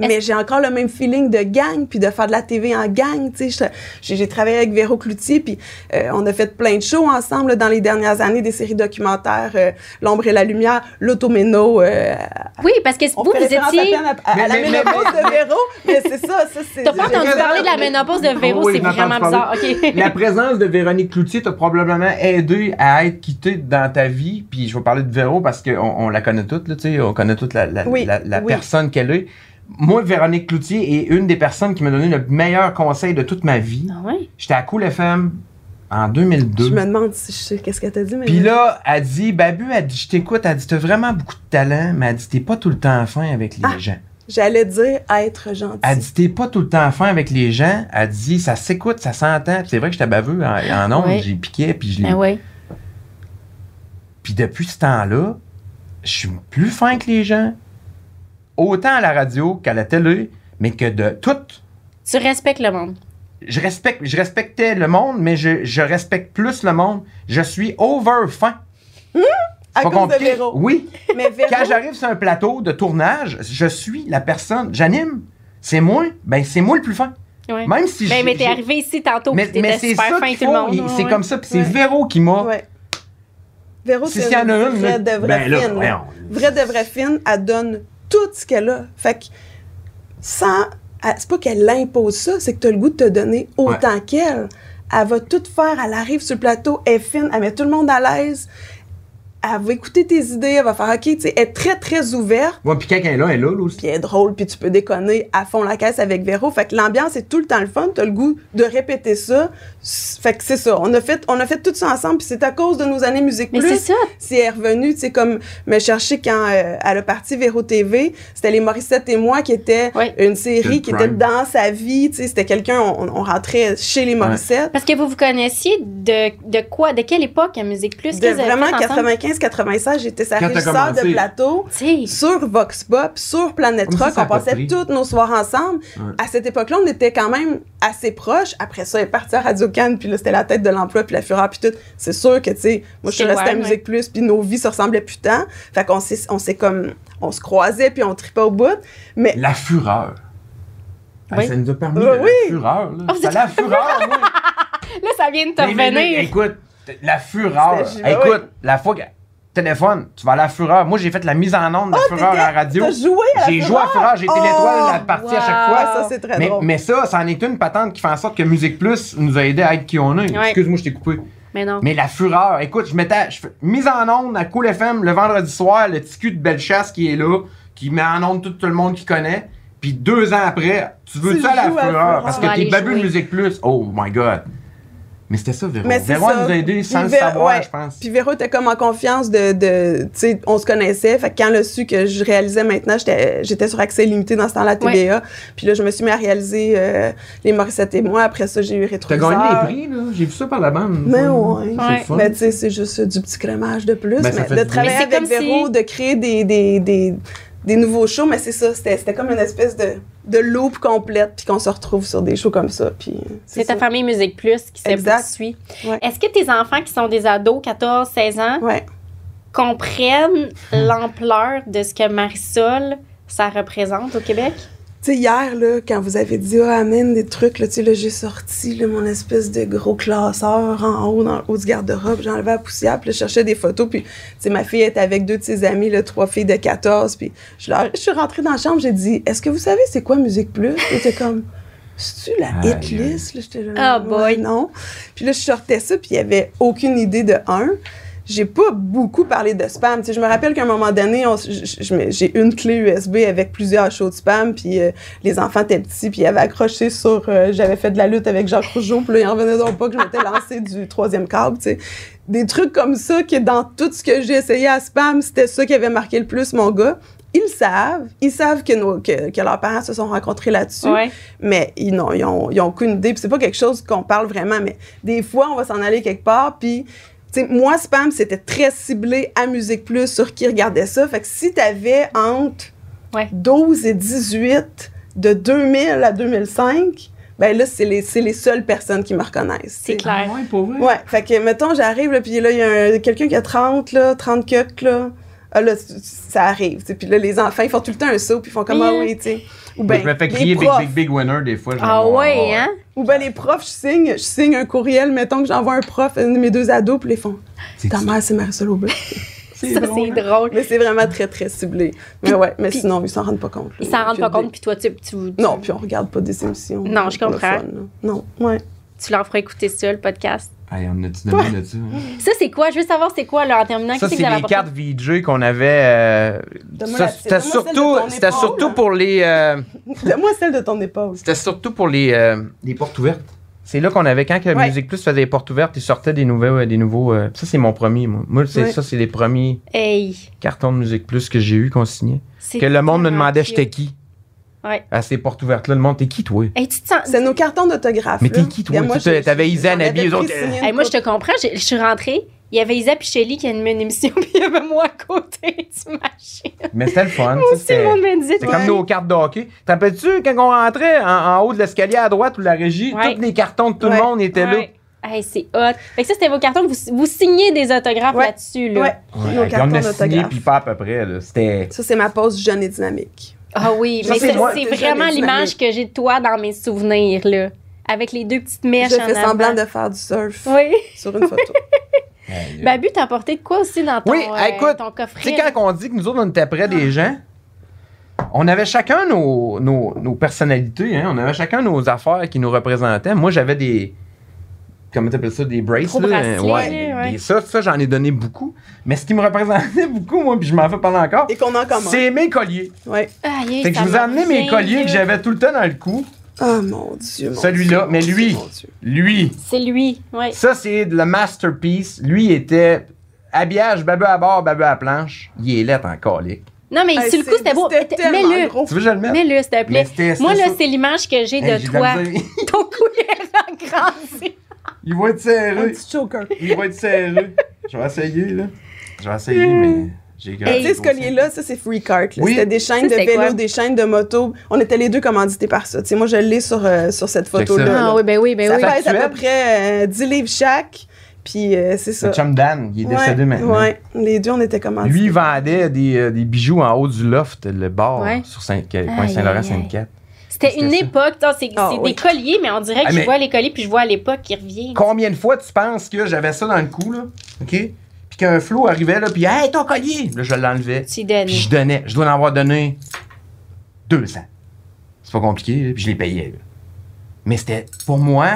Mais j'ai encore le même feeling de gang, puis de faire de la TV en gang. Tu sais, j'ai j'ai travaillé avec Véro Cloutier, puis euh, on a fait plein de shows ensemble là, dans les dernières années, des séries documentaires, euh, L'ombre et la lumière, L'automéno. euh,
Oui, parce que
on
vous,
fait
vous
référence à
étiez.
peine à, à- à
Mais-
la
mais- mais-
ménopause de Véro, mais c'est ça, ça c'est...
T'as pas
j'ai-
entendu
Mais-
parler de la ménopause de Véro,
Oui,
c'est
je m'entends
vraiment bizarre.
parler.
OK.
La présence de Véronique Cloutier t'a probablement aidé à être quittée dans ta vie. Puis je vais parler de Véro parce qu'on on la connaît toutes, là, tu sais, on connaît toute la, la-
Oui,
la- la
oui.
personne qu'elle est. Moi, Véronique Cloutier est une des personnes qui m'a donné le meilleur conseil de toute ma vie.
Ah ouais?
J'étais à Cool FM en
Je
2002.
me demande euh, si je sais qu'est-ce que t'as dit, mais...
Puis là, elle dit, Babu, elle dit, je t'écoute, elle dit, t'as vraiment beaucoup de talent, mais elle dit, t'es pas tout le temps fin avec les
Ah.
gens.
J'allais dire être gentil.
Elle dit, t'es pas tout le temps fin avec les gens. Elle dit, ça s'écoute, ça s'entend. Puis c'est vrai que j'étais baveux en, en ondes,
Ouais.
j'ai piqué, puis je l'ai.
Ben
Ah ouais.
Puis depuis ce temps-là, je suis plus fin que les gens. Autant à la radio qu'à la télé, mais que de tout.
Tu respectes le monde.
Je, respecte, je respectais le monde, mais je, je respecte plus le monde. Je suis over fin.
à
Pas
cause
compliqué.
de Véro.
Oui.
Mais Véro,
Quand j'arrive sur un plateau de tournage, je suis la personne. J'anime. C'est moi. Ben, c'est moi le plus fin.
Ouais.
Même si
Ben,
j'ai-
mais t'es
j'ai-
arrivé ici tantôt,
Mais,
puis
mais
t'étais
c'est
super
ça
fin
qu'il
tout
faut.
le monde.
Il-
ouais,
C'est
ouais.
comme ça. Puis c'est
Ouais.
Véro qui m'a.
Ouais. Véro,
Si
c'est
s'il y en a une, là,
vraie de vraie
ben là,
fine.
voyons.
Vraie de vraie fine, elle donne tout ce qu'elle a. Fait que sans... elle- C'est pas qu'elle impose ça, c'est que t'as le goût de te donner autant qu'elle. Elle va tout faire, elle arrive sur le plateau, elle est fine, elle met tout le monde à l'aise. Elle va écouter tes idées, elle va faire OK, tu sais, elle est très, très ouverte.
Ouais, puis quand elle est là, elle est là, là aussi.
puis elle est drôle, puis tu peux déconner à fond la caisse avec Véro. Fait que l'ambiance est tout le temps le fun, t'as le goût de répéter ça. S- Fait que c'est ça, on a fait, on a fait tout ça ensemble, puis c'est à cause de nos années Musique
Mais c'est
Plus.
ça.
C'est revenu, tu sais, comme me chercher quand euh, elle a parti Véro TV, c'était les Morissette et moi qui était
Ouais.
une
C'était le
série qui était
prime.
dans sa vie, tu sais, c'était quelqu'un, on, on rentrait chez les Morissette.
Parce que vous vous connaissiez de, de quoi? De quelle époque à Musique Plus?
De
Qu'est-ce que vous avez
vraiment
fait ensemble?
95-96, j'étais sa
Quand t'as
régisseur de
commencé.
plateau.
Tu sais,
sur Vox Pop, sur Planète
Comme ça,
Rock.
ça a
on
pas
passait
pris.
toutes nos soirs ensemble.
Ouais.
À cette époque-là, on était quand même assez proches. Après ça, elle est partie à Radio Cannes, puis là, c'était la tête de l'emploi, puis la fureur, puis tout. C'est sûr que, tu sais, moi, je suis
C'était
restée à
wild,
Musique Plus, puis nos vies se ressemblaient plus tant. Fait qu'on s'est on s'est comme... On se croisait, puis on tripait au bout. Mais
La fureur. Ben,
Oui.
Ça nous a permis
Oui, Euh,
de
oui.
la fureur. Là.
Oh, c'est-
Ça, la fureur, moi.
là, ça vient de te
Mais- mais- mais
revenir.
Écoute, t- la fureur.
C'était-
Hey,
ah oui.
écoute, la fois que. Téléphone, tu vas à la fureur. Moi, j'ai fait la mise en onde de la fureur à la radio.
Oh, t'as joué à la
J'ai joué à la fureur, j'ai été
Oh,
l'étoile de la partie à chaque
wow.
fois.
Ah, ça, c'est très
Mais,
drôle.
mais ça, ça en est une patente qui fait en sorte que Musique Plus nous a aidé à être qui on est.
Ouais.
Excuse-moi, je t'ai coupé.
Mais non.
Mais la fureur, écoute, je m'étais je fais- mise en onde à Cool FM le vendredi soir, le petit cul de Bellechasse qui est là, qui met en onde tout, tout le monde qui connaît. Puis deux ans après, tu veux
Tu
ça la
joues à
fureur
Fureur.
parce
On
que
va
t'es
aller
babu de
jouer.
musique plus. Oh my god. Mais c'était ça, Véro.
Mais c'est
Véro elle
ça.
nous a aidé sans
Puis
le
Vé-
savoir,
ouais.
je pense.
Puis Véro était comme en confiance de, de tu sais, on se connaissait. Fait que quand le su que je réalisais maintenant, j'étais j'étais sur accès limité dans ce temps-là à TVA. Puis là, je me suis mis à réaliser euh, les Morissette et moi. Après ça, j'ai eu
T'as
Rétroviseur.
gagné les prix, là. J'ai vu ça par la bande.
Mais
Ça,
ouais.
c'est le fun.
Mais tu sais, c'est juste du petit crémage de plus.
Ben, ça
mais
fait
de
du bien.
travailler
Mais c'est
avec
comme
Véro,
si-
de créer des, des, des, des nouveaux shows, mais c'est ça, c'était c'était comme une espèce de, de loop complète, puis qu'on se retrouve sur des shows comme ça. Puis euh,
C'est ta
ça.
famille Musique Plus qui s'est
Exact.
poursuit.
Ouais.
Est-ce que tes enfants qui sont des ados, 14, 16 ans,
Ouais.
comprennent l'ampleur de ce que Marisol, ça représente au Québec?
Tu sais, hier, là, quand vous avez dit, ah, amène des trucs, là, tu sais, là, j'ai sorti, là, mon espèce de gros classeur en haut, dans le haut du garde-robe, j'enlevais la poussière, puis là, je cherchais des photos, puis, tu sais, ma fille était avec deux de ses amis, là, trois filles de 14, puis je, leur- je suis rentrée dans la chambre, j'ai dit, est-ce que vous savez c'est quoi Musique Plus? Ils étaient comme, c'est-tu la
Aïe,
hit list? Là, j'étais là,
Ah, boy.
Ouais, non. Puis là, je sortais ça, puis il y avait aucune idée de un. J'ai pas beaucoup parlé de spam. Tu sais, je me rappelle qu'à un moment donné, on s- j- j- je me- j'ai une clé USB avec plusieurs shows de spam, puis euh, les enfants étaient petits, puis ils avaient accroché sur. euh, J'avais fait de la lutte avec Jacques Rougeau, puis là, ils en revenaient donc pas que je m'étais lancée du troisième câble. tu sais. Des trucs comme ça, que dans tout ce que j'ai essayé à spam, c'était ça qui avait marqué le plus mon gars. Ils le savent. Ils savent que, nos, que, que leurs parents se sont rencontrés là-dessus
Ouais.
mais ils n'ont ils ont, ils ont aucune idée. Puis c'est pas quelque chose qu'on parle vraiment, mais des fois, on va s'en aller quelque part, puis... tu sais, moi, Spam, c'était très ciblé à Musique Plus sur qui regardait ça. Fait que si t'avais entre
Ouais.
12 et 18 de 2000 à 2005, ben là, c'est les, c'est les seules personnes qui me reconnaissent.
C'est
tu sais.
clair.
Ouais, pour vrai.
Ouais, fait que, mettons, j'arrive, là, puis là, il y a un- quelqu'un qui a 30, là, 30 cucs, là. ah là, c- ça arrive. tu sais. Puis là, les enfants, ils font tout le temps un saut, puis ils font comme,
Oui,
ah
hein.
oui, tu sais. Ou
Mais
bien,
je me fais
Ben, les
crier big,
profs.
big, big winner des fois. je
Ah
me-
ouais, hein?
Ou ben les profs, je signe, je signe un courriel, mettons que j'envoie un prof, à une de mes deux ados, puis ils font,
C'est
ta mère, c'est Marisol Aubin.
Ça, c'est
hein?
drôle.
Mais c'est vraiment très, très ciblé. Mais ouais, mais
puis-
sinon, ils s'en rendent pas compte. là.
Ils s'en rendent pas
Je-
compte, puis toi, tu, tu, tu-
Non, puis on regarde pas des émissions.
Non,
euh,
je
pour le
comprends.
fun, là. non, ouais.
tu leur feras écouter ça, le podcast.
Hey, on a-tu donné là-dessus? hein?
Ça, c'est quoi? Je veux savoir, c'est quoi, là, en terminant?
Ça,
qu'est-ce
c'est
que vous avez
les
apporté?
cartes VJ qu'on avait. euh,
Donne-moi
ça,
la-
C'était
donne-moi celle de
surtout,
ton
c'était
épaule.
surtout pour les. euh,
Donne-moi celle de ton épaule.
C'était surtout pour les. euh, les portes ouvertes. C'est là qu'on avait, quand que
Ouais.
Musique Plus faisait les portes ouvertes, ils sortaient des nouveaux. Des nouveaux euh, ça, c'est mon premier, moi. Moi, c'est-
Ouais.
ça, c'est les premiers
Hey!
cartons de Musique Plus que j'ai eu qu'on signait.
c'est
Que le monde me
tellement
demandait,
cute.
j'étais qui?
Ouais.
À ces portes ouvertes-là, le monde, t'es qui, toi?
Hey, tu te sens.
C'est nos cartons d'autographe.
Mais t'es
là.
qui, toi?
Et moi,
Tu te-
je-
t'avais
je-
Isa,
j'en avais
Nabi, eux autres,
pris signé
Hey,
une
moi, je te
photo.
comprends. j'ai- Je suis rentrée. Il y avait Isa Pichelli qui anime une émission, puis il y avait moi à côté. T'imagines?
Mais c'était le fun.
Moi
ça,
aussi, le
c'était-
monde me disait.
C'est
tu-
comme nos cartes de hockey. T'en rappelles-tu quand on rentrait en, en haut de l'escalier à droite ou la régie,
Ouais.
tous les cartons de tout
Ouais.
le monde étaient
Ouais. Hey, c'est hot. Fait que ça, c'était vos cartons. Vous, vous signez des autographes
Ouais.
là-dessus, là.
Ouais,
là.
nos
Puis on
cartons
a signé,
d'autographe.
puis pas à peu près. là. C'était.
Ça, c'est ma pause jeune et dynamique.
Ah oui,
Ça,
mais
c'est
ça,
moi.
c'est
Déjà,
vraiment
les
l'image que j'ai de toi dans mes souvenirs, là. Avec les deux petites mèches
je
en
fais
avant.
semblant de faire du surf
H&M. Oui.
sur une photo.
Babu, t'as apporté de quoi aussi dans ton,
Oui,
euh,
écoute,
ton
Tu sais,
coffret?
quand on dit que nous autres, on était près
Ah.
des gens, on avait chacun nos, nos- nos personnalités, hein, on avait chacun nos affaires qui nous représentaient. Moi, j'avais des. Comment t'appelles ça? Des bracelets.
Gros bracelets,
hein,
là, ouais.
des- ça, ça j'en ai donné beaucoup. Mais ce qui me représentait beaucoup, moi, puis je m'en fais parler encore,
Et qu'on en commence.
c'est mes colliers.
Ouais.
Aïe, aïe,
Fait que
ça
je vous ai
m'a
amené mes
bien,
colliers que
là.
j'avais tout le temps dans le cou.
Oh mon Dieu. mon
Celui-là,
Dieu,
mais
mon Dieu,
lui.
mon Dieu.
Lui,
C'est lui, oui.
ça, c'est le masterpiece. Lui, il était habillage, babu à bord, babu à planche. Il est laid en colique.
Non, mais
Hey,
sur le coup,
c'est-
c'était beau.
C'était tellement
Mets-le.
gros.
Tu veux que je le mette?
Mets-le, s'il te
Mais
plaît.
c'était-
Moi,
c'était
là,
ça.
c'est l'image que j'ai
Hey,
de
j'ai de la
toi.
misère.
Ton cou est agrandi.
Il va être
Un
serré.
petit choker.
Il va être serré. Je vais essayer, là. Je vais essayer, mais j'ai
Ben, Tu sais, ce collier-là, ça, c'est Free Cart. là.
Oui.
C'était des chaînes
Ça,
de
c'était quoi?
vélo, des chaînes de moto. On était les deux commandités par ça. Tu sais, moi, je l'ai sur, euh, sur cette photo-là.
ça.
là.
Ah oui, ben oui, ben
ça
oui.
fait-
pèse à
Factuel.
peu près euh, 10 livres chaque. Puis, euh, c'est ça.
Le chum Dan, il est décédé
Ouais,
maintenant.
ouais. les deux, on était commandités.
Lui, il vendait des, euh, des bijoux en haut du loft, le bar,
Ouais.
sur Saint, euh,
Aïe, aïe,
Saint-Laurent,
aïe.
Sainte-Cat.
C'était une
C'était ça.
époque. Non, C'est
Ah,
c'est
oui.
des colliers, mais on dirait que
Ah,
je
mais-
vois les colliers puis je vois l'époque qui revient.
Combien de fois tu penses que j'avais ça dans le cou, là? OK? Puis qu'un flot arrivait, là, puis Hey, ton collier! Là, je l'enlevais.
Tu
Puis
donnes.
je donnais. Je dois en avoir donné 200. C'est pas compliqué, là, puis je les payais. là. Mais c'était pour moi,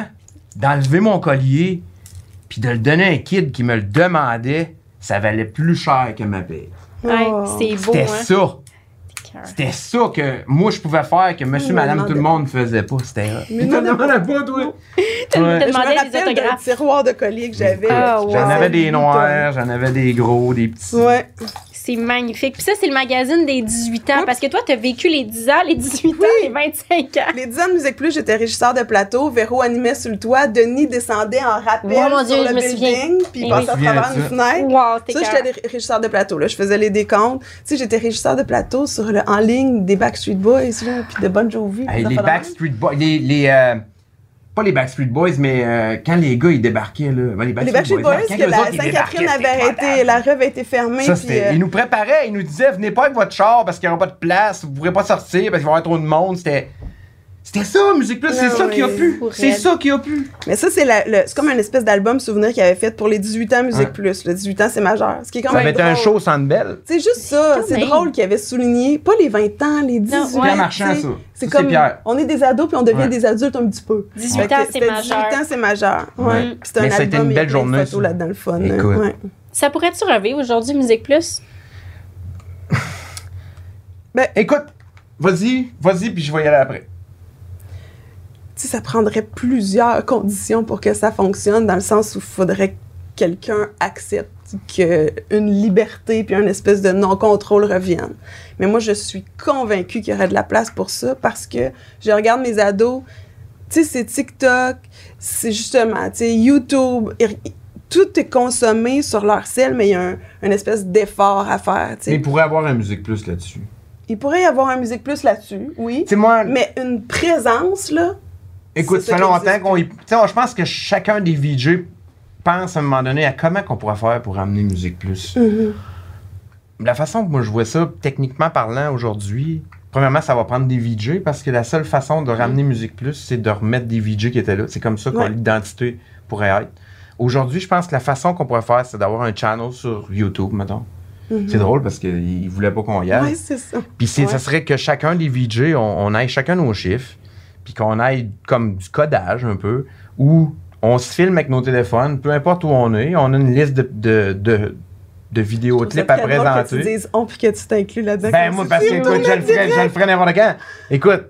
d'enlever mon collier, puis de le donner à un kid qui me le demandait, ça valait plus cher que ma paye.
Ouais,
Oh.
c'est beau,
C'était
hein?
ça. C'était ça que moi, je pouvais faire, que monsieur,
me
madame, tout le
demandait.
monde faisait pas. C'était.
Mais
Ils te
non, non,
demandaient pas, toi. Ouais.
T'as
Je me
demandé des
rappelle d'un
autographes.
tiroir de collier que j'avais.
Ah, wow.
J'en avais des
Huit
noirs, j'en avais des gros, des petits.
Ouais.
C'est magnifique. Puis ça, c'est le magazine des 18 ans.
Oups.
Parce que toi, t'as vécu les 10 ans, les 18 ans, les 25 ans.
Les 10 ans de Musique Plus, j'étais régisseur de plateau. Véro animait sur le toit. Denis descendait en rappel
Oh, mon Dieu,
sur le
je me
building. Puis
Eh
il passait
oui.
à travers
Je me
une
souviens de
fenêtre.
Wow, t'es
Ça,
carré.
j'étais ré- régisseur de plateau. Là. Je faisais les décomptes. Tu sais, j'étais régisseur de plateau sur le, en ligne des Backstreet Boys, là, puis de Bon Jovi.
Hey,
puis
les
d'affaires de même.
Backstreet Boys, les, les, euh, pas les Backstreet Boys, mais euh, quand les gars ils débarquaient là, ben, les
Les
Backstreet
Backstreet Boys,
ouais, quand
que
eux
la
autres, ils
Sainte-Catherine
débarquaient,
avait
c'était
arrêté, la
incroyable.
rêve était fermée.
Ça,
puis,
c'était-
euh,
ils nous préparaient, ils nous disaient venez pas avec votre char parce qu'il n'y aura pas de place, vous pourrez pas sortir parce qu'il va y avoir trop de monde. C'était, c'était ça, Musique Plus, c'est
Non,
ça qui a
mais-
pu,
Pour
c'est
elle.
ça qui a pu.
Mais ça, c'est la- le- c'est comme un espèce d'album souvenir qu'il avait fait pour les 18 ans Musique
Ouais.
Plus. Le 18 ans, c'est majeur. Ce qui est quand
Ça
même
avait été un
drôle.
show sans belle.
C'est juste ça.
Quand
C'est
même.
drôle qu'il avait souligné pas les 20 ans, les 18
Non,
ans.
ouais.
Pierre
tu
Marchand,
sais.
ça.
C'est
Ça, c'est
comme
Pierre.
on est des ados puis on devient
Ouais.
des adultes un petit peu.
18
Fait
ans,
que
c'est
c'était
majeur.
18 ans, c'est majeur. Ouais.
Ouais.
Puis c'était un
Mais
album.
c'était une
il y
belle
a plein de
journée, ça.
photos là-dedans, le fun. euh,
Écoute.
ouais.
Ça pourrait-tu revivre aujourd'hui, Musique Plus?
Écoute, vas-y, vas-y, puis je vais y aller après.
tu sais, ça prendrait plusieurs conditions pour que ça fonctionne, dans le sens où il faudrait que quelqu'un accepte qu'une liberté puis une espèce de non-contrôle reviennent. Mais moi, je suis convaincue qu'il y aurait de la place pour ça parce que je regarde mes ados, tu sais, c'est TikTok, c'est justement, tu sais, YouTube, ils- ils- tout est consommé sur leur selle, mais il y a un, une espèce d'effort à faire, tu
Mais
sais.
il pourrait avoir un Musique Plus là-dessus.
Il pourrait y avoir un Musique Plus là-dessus, oui,
Tu sais, moi,
mais une présence, là,
Écoute,
C'est
ça
ça
fait
qui
longtemps
existe.
qu'on y... tu sais, Je pense que chacun des Mm-hmm. VJ pense à un moment donné à comment qu'on pourrait faire pour amener Musique Plus. la façon que moi je vois ça, techniquement parlant, aujourd'hui, premièrement, ça va prendre des VJ parce que la seule façon de ramener Musique Plus, c'est de remettre des VJ qui étaient là. C'est comme ça que
Mm. Ouais.
l'identité pourrait être. Aujourd'hui, je pense que la façon qu'on pourrait faire, c'est d'avoir un channel sur YouTube, mettons.
Mm.
C'est drôle hein? parce qu'ils voulaient pas qu'on y aille.
Oui, Mm-hmm. c'est ça.
Puis c'est- ça
Ouais.
serait que chacun des VJ, on, on aille chacun nos chiffres, puis qu'on aille comme du codage un peu, où on se filme avec nos téléphones, peu importe où on est, on a une liste de, de, de, de vidéoclips à
Ça serait drôle Que tu
présenter.
dises hein, on puis que tu t'inclus là-dedans.
Ben
comme
moi,
si
parce
tu
que
retournais
écoute, je le ferais,
direct.
je le ferais n'importe quand. Écoute,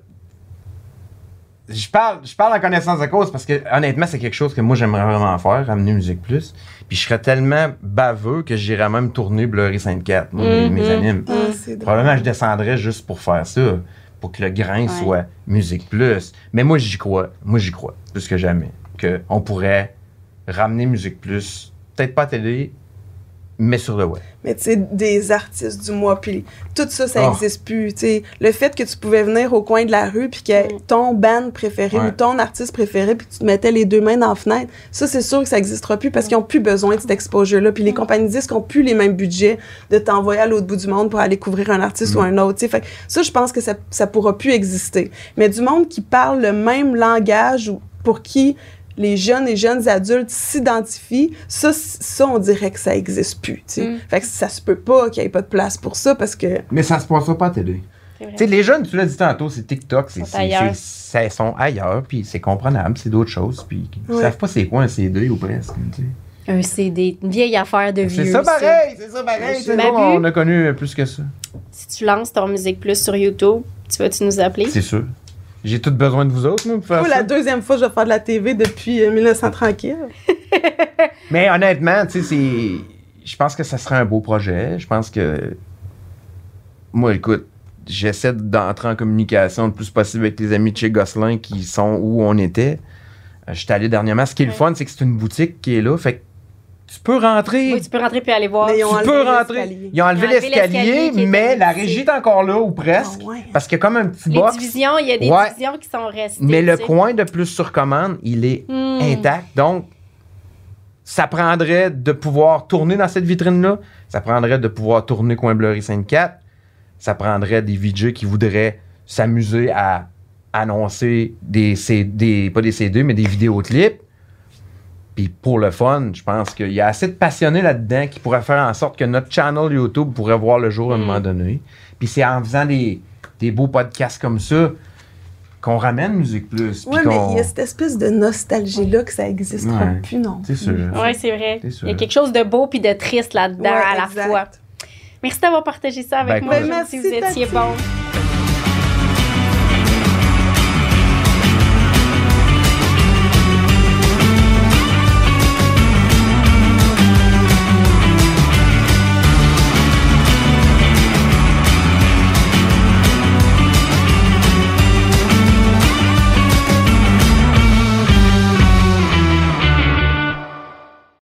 je parle, je parle en connaissance de cause parce que honnêtement, c'est quelque chose que moi j'aimerais vraiment faire, ramener Musique Plus. Puis je serais tellement baveux que j'irais même tourner Blurry 54, moi, mes- mes
Mhm.
animes.
Ah, c'est drôle.
Probablement, je descendrais juste pour faire ça, pour que le grain soit musique plus. Mais moi, j'y crois. Moi, j'y crois, plus que jamais, qu'on pourrait ramener musique plus, peut-être pas à télé, mais sur le web.
Mais tu sais, des artistes du mois, puis tout ça, ça
Oh.
n'existe plus. tu sais. le fait que tu pouvais venir au coin de la rue, puis que
Mm.
ton band préféré
Ouais.
ou ton artiste préféré, puis que tu te mettais les deux mains dans la fenêtre, ça, c'est sûr que ça n'existera plus
Mm.
parce qu'ils n'ont plus besoin de cet exposure-là. Puis les compagnies disques n'ont plus les mêmes budgets de t'envoyer à l'autre bout du monde pour aller couvrir un artiste
Mm.
ou un autre. tu sais. Fait que ça, je pense que ça ne pourra plus exister. Mais du monde qui parle le même langage ou pour qui les jeunes et jeunes adultes s'identifient, ça, c- ça, on dirait que ça existe plus. tu sais.
Mm.
Fait que ça se peut pas qu'il n'y ait pas de place pour ça parce que.
Mais ça se passera pas à télé.
C'est vrai.
Tu sais, les jeunes, tu l'as dit tantôt, c'est TikTok, c'est,
Sont
c'est-
ailleurs.
c'est- ça- sont ailleurs, puis c'est comprenable, c'est d'autres choses, puis ils
Ouais.
savent pas c'est quoi un CD ou presque. tu sais.
Un CD, une vieille affaire de vieux.
C'est ça pareil, c'est ça
Mais
pareil.
je
c'est
m'abuse.
nous, on a connu plus que ça.
Si tu lances ton musique plus sur YouTube, tu vas-tu nous appeler?
C'est sûr. J'ai tout besoin de vous autres, nous, pour faire
Pour
ça.
la deuxième fois, je vais faire de la TV depuis euh, 1900 tranquille.
Mais honnêtement, tu sais, c'est. Je pense que ça serait un beau projet. Je pense que. Moi, écoute, j'essaie d'entrer en communication le plus possible avec les amis de chez Gosselin qui sont où on était. Euh, J'étais allé dernièrement. Ce qui est le
Ouais.
fun, c'est que c'est une boutique qui est là. Fait que tu peux rentrer.
Oui, tu peux rentrer puis aller voir.
Mais ils ont
tu
enlevé
peux rentrer.
l'escalier.
Ils ont enlevé
Ils ont enlevé
l'escalier,
l'escalier qui était
mais la
ici.
régie est encore là, ou presque.
Ah ouais.
Parce qu'il y a comme un petit
Les
box.
divisions, il y a des
Ouais.
divisions qui sont restées.
Mais le
tu sais.
coin de plus sur commande, il est
Hmm.
Mm.
intact. Donc, ça prendrait de pouvoir tourner dans cette vitrine-là. Ça prendrait de pouvoir tourner Coin Blurry 54. Ça prendrait des VJ qui voudraient s'amuser à annoncer des CD, pas des CD, mais des vidéoclips. Puis pour le fun, je pense qu'il y a assez de passionnés là-dedans qui pourraient faire en sorte que notre channel YouTube pourrait voir le jour à un
Mm.
moment donné. Puis c'est en faisant des, des beaux podcasts comme ça qu'on ramène Musique Plus. puis
Ouais, mais
qu'on-
il y a cette espèce de nostalgie-là que ça n'existera
Ouais.
plus, non?
C'est sûr.
Oui, c'est vrai.
C'est sûr.
Il y a quelque chose de beau puis de triste là-dedans
Ouais,
à la
exact.
fois. Merci d'avoir partagé ça avec
Ben,
moi.
écoute. Ben,
Merci, vous
Merci,
étiez bon.